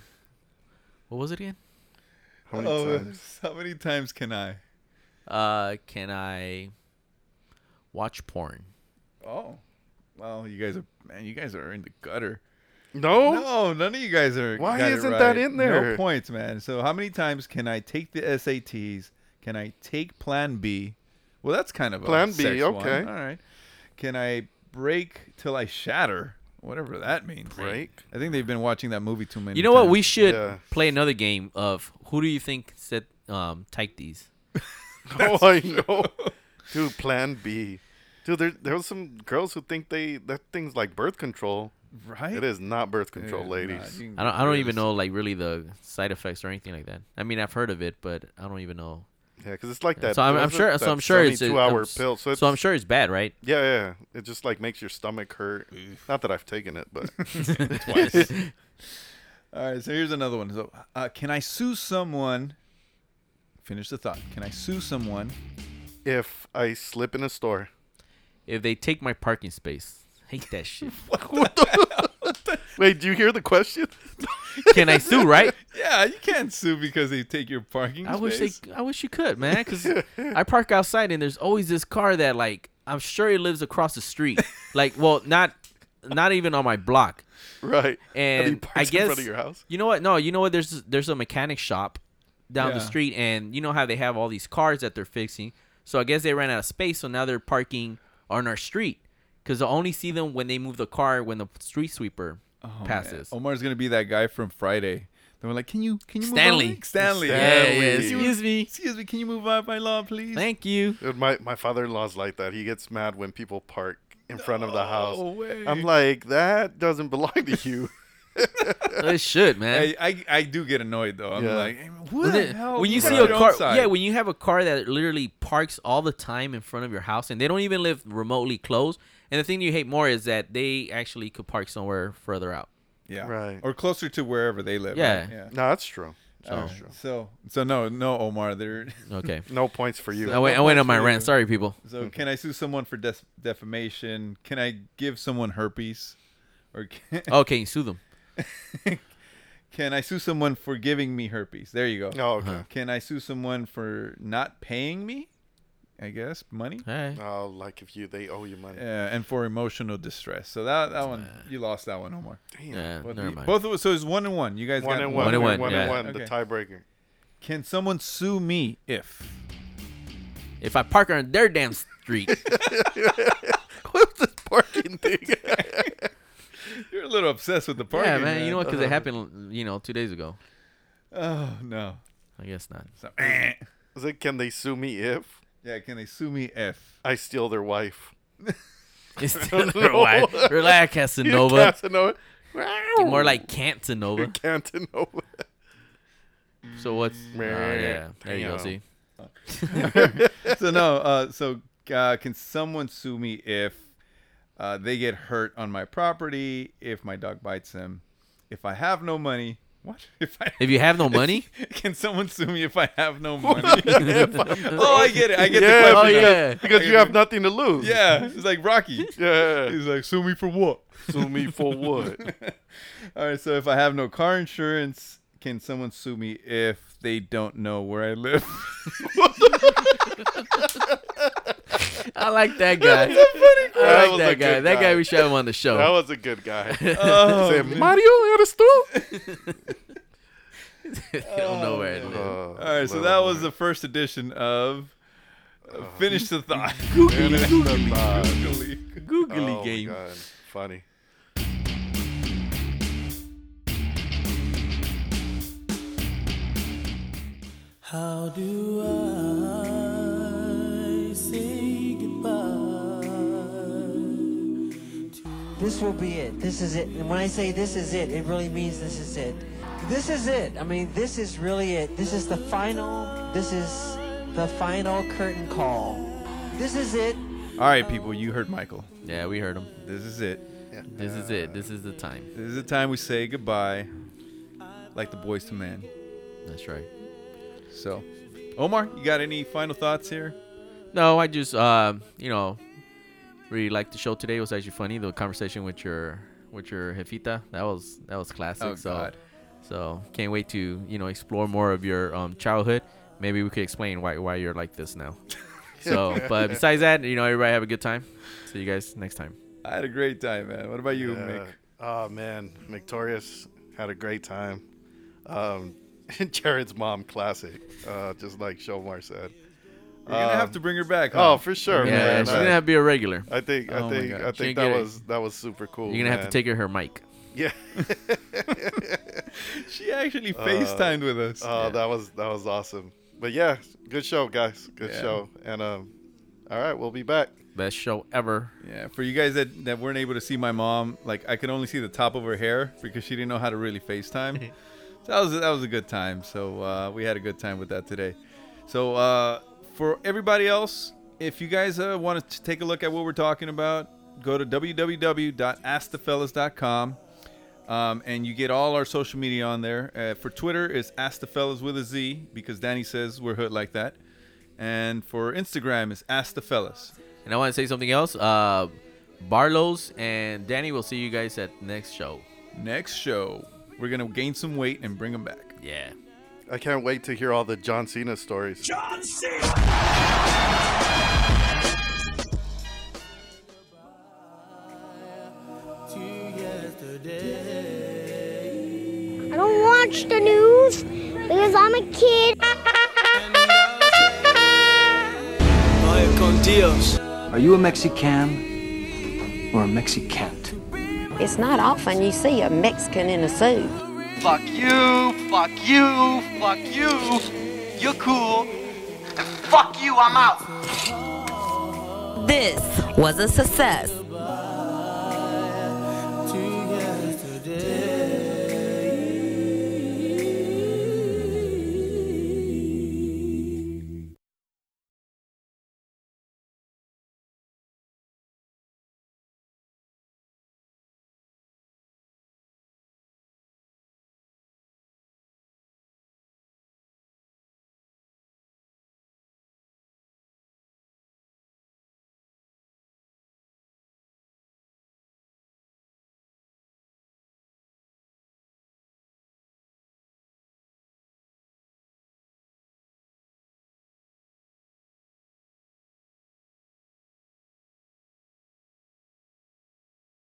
what was it again?
[LAUGHS] How many
Oh,
times?
how many times can I?
Uh, can I watch porn?
Oh, well, you guys are man. You guys are in the gutter.
No?
No, none of you guys are.
Why
got it
isn't
right.
that in there?
No points, man. So how many times can I take the SATs? Can I take Plan B? Well, that's kind of a
Plan B,
sex one.
okay.
All right. Can I break till I shatter? Whatever that means.
Break?
I think they've been watching that movie too many.
You know what?
times.
We should
Yeah.
play another game of who do you think said um, typed these?
[LAUGHS] Oh, I know. Dude, Plan B. Dude, there there was some girls who think they that thing's like birth control.
Right?
It is not birth control, ladies.
I don't. I don't even know like really the side effects or anything like that. I mean, I've heard of it, but I don't even know.
Yeah, because it's like that.
So I'm,
what
I'm
is it?
sure. So
That
I'm sure it's a-
72 hour
I'm s-
pill. So,
So, I'm sure it's bad, right?
Yeah, yeah. It just like makes your stomach hurt. Not that I've taken it,
[LAUGHS]
but
All right, so here's another one. So, uh, can I sue someone? Finish the thought. Can I sue someone
if I slip in a store? [LAUGHS]
If they take my parking space, hate that shit.
Wait, do you hear the question? [LAUGHS]
Can I sue? Right?
Yeah, you can't sue because they take your parking
I wish
space.
they. I wish you could, man. Because I park outside and there's always this car that like I'm sure it lives across the street. Like, well, not not even on my block.
Right. And he
And
parks
I
in
guess
front of your house?
You know what? No, you know what? There's there's a mechanic shop down the
Yeah.
street, and you know how they have all these cars that they're fixing. So I guess they ran out of space, so now they're parking on our street. Cause I only see them when they move the car when the street sweeper
Oh, man.
passes.
Omar's gonna be that guy from Friday. They were like, "Can you, can you move
Stanley.
on? Stanley,
Yeah, yeah,
Can you-
excuse me.
excuse me. Can you move out by law, please?
Thank you.
Dude, my my father in law's like that. He gets mad when people park in front of the house.
way.
I'm like, that doesn't belong to you.
It should, man.
I, I, I do get annoyed though. I'm
Yeah.
like, "Hey, who
When
the
it-
hell?
when you
got
see
your
a
own
car,
side?
yeah, when you have a car that literally parks all the time in front of your house, and they don't even live remotely close. And the thing you hate more is that they actually could park somewhere further out.
yeah,
Right.
or closer to wherever they live.
Yeah.
right? yeah.
No, that's true.
So,
That's true.
so, so no, no, Omar. There. [LAUGHS]
Okay.
No points for you.
I went, I
No
went on
points
my
for
rant.
you.
Sorry,
[LAUGHS]
people.
So, can I sue someone for def- defamation? Can I give someone herpes? Or [LAUGHS] can,
Oh, can you sue
[LAUGHS]
them?
can I sue someone for giving me herpes? There you go.
Oh, okay. Huh.
Can I sue someone for not paying me? I guess money.
Oh, like if you they owe you money.
Yeah, and for emotional distress. So that that one you lost that one, Omar.
Damn.
Yeah,
Both,
never
of you-
mind.
both of us. So it's one and one. You guys
One
got
and one. One and one, One and yeah. one,
Okay.
the
[LAUGHS]
tiebreaker.
Can someone sue me if? [LAUGHS]
If I park on their damn street,
What's this [LAUGHS] parking thing?
You're a little obsessed with the [LAUGHS] parking. Uh-huh.
yeah, man, You know what? Because it happened, you know, two days ago.
Oh no.
I guess not.
So-
Is it, can they sue me if
yeah, can they sue me if?
I steal their wife?
[LAUGHS]
[LAUGHS]
[LAUGHS]
It's
I don't know.
relax, relax,
You're
Casanova.
Casanova.
[LAUGHS]
More like Cantanova.
Cantanova.
So what's? Oh, yeah, there you go.
Damn.
See,
so no. Uh, so uh, can someone sue me if uh, they get hurt on my property? If my dog bites them? If I have no money? What? [LAUGHS] If I
if you have no money,
Can someone sue me if I have
[LAUGHS]
no money? [LAUGHS] oh, I get it. [LAUGHS] I get
Yeah,
the question.
because-
now.
because
I
you
get
have
it.
nothing to lose.
Yeah, it's like
[LAUGHS]
Rocky.
Yeah.
[LAUGHS] He's like, sue me for what?
Sue me for
[LAUGHS]
what?
All right, so if I have no car insurance, can someone sue me if they don't know where I live?
[LAUGHS] I like that guy.
That
I like
was a
that guy.
good
That
guy.
guy we should have on the show.
That was a
[LAUGHS]
good guy.
Oh,
Say,
man.
Mario, eres tú?
[LAUGHS] they don't know where it is.
Oh,
All right, so
Lord.
that was the first edition of uh, Finish the
[LAUGHS]
Thought.
Oh. Finish the thought.
Googly.
Googly
Oh, my
game.
God. Funny.
How do I say goodbye?
This will be it. This is it. And when I say this is it, it really means this is it. This is it. I mean, this is really it. This is the final. This is the final curtain call. This is it.
All right, people, you heard Michael.
Yeah, we heard him.
This is it.
This is it. This is the time.
This is the time we say goodbye, like the boys to man.
That's right.
So, Omar, you got any final thoughts here?
No, I just um, you know, really liked the show today. It was actually funny. The conversation with your with your jefita that was that was classic.
Oh,
so,
God.
so can't wait to you know explore more of your um childhood. Maybe we could explain why why you're like this now. So, but besides that, you know, everybody have a good time. See you guys next time.
I had a great time, man. What about you,
Yeah.
Mick?
Oh man, Victorious had a great time. Um, [LAUGHS] Jared's mom, classic. Uh, just like Shomar said.
You're gonna have to bring her back. huh?
Oh, for sure,
Yeah,
man.
she's
I-
gonna uh, have to be a regular.
I think. I
Oh my
think.
God.
I
She
think
get
that
it.
was that was super cool.
You're gonna have to
man.
take her her mic.
[LAUGHS]
[LAUGHS]
Yeah.
She actually FaceTimed with us.
uh, Oh, that was that was awesome. But yeah, good show, guys. Good
Yeah.
show. And um, all right, we'll be back.
Best show ever.
Yeah, for you guys that, that weren't able to see my mom, like I could only see the top of her hair because she didn't know how to really FaceTime. so that was that was a good time. So uh, we had a good time with that today. So uh, for everybody else, if you guys uh, want to take a look at what we're talking about, go to www.askthefellas.com. Um, and you get all our social media on there. Uh, for Twitter, it's Ask the Fellas with a Z because Danny says we're hood like that. And for Instagram, it's Ask the Fellas.
And I want to say something else. Uh, Barlow's and Danny will see you guys at next show.
Next show, we're gonna gain some weight and bring them back.
Yeah.
I can't wait to hear all the John Cena stories.
John Cena!
I don't watch the news because I'm a kid.
Oye, con Dios.
Are you a Mexican or a Mexicant?
It's not often you see a Mexican in a suit.
Fuck you, fuck you, fuck you. You're cool. And fuck you, I'm out.
This was a success.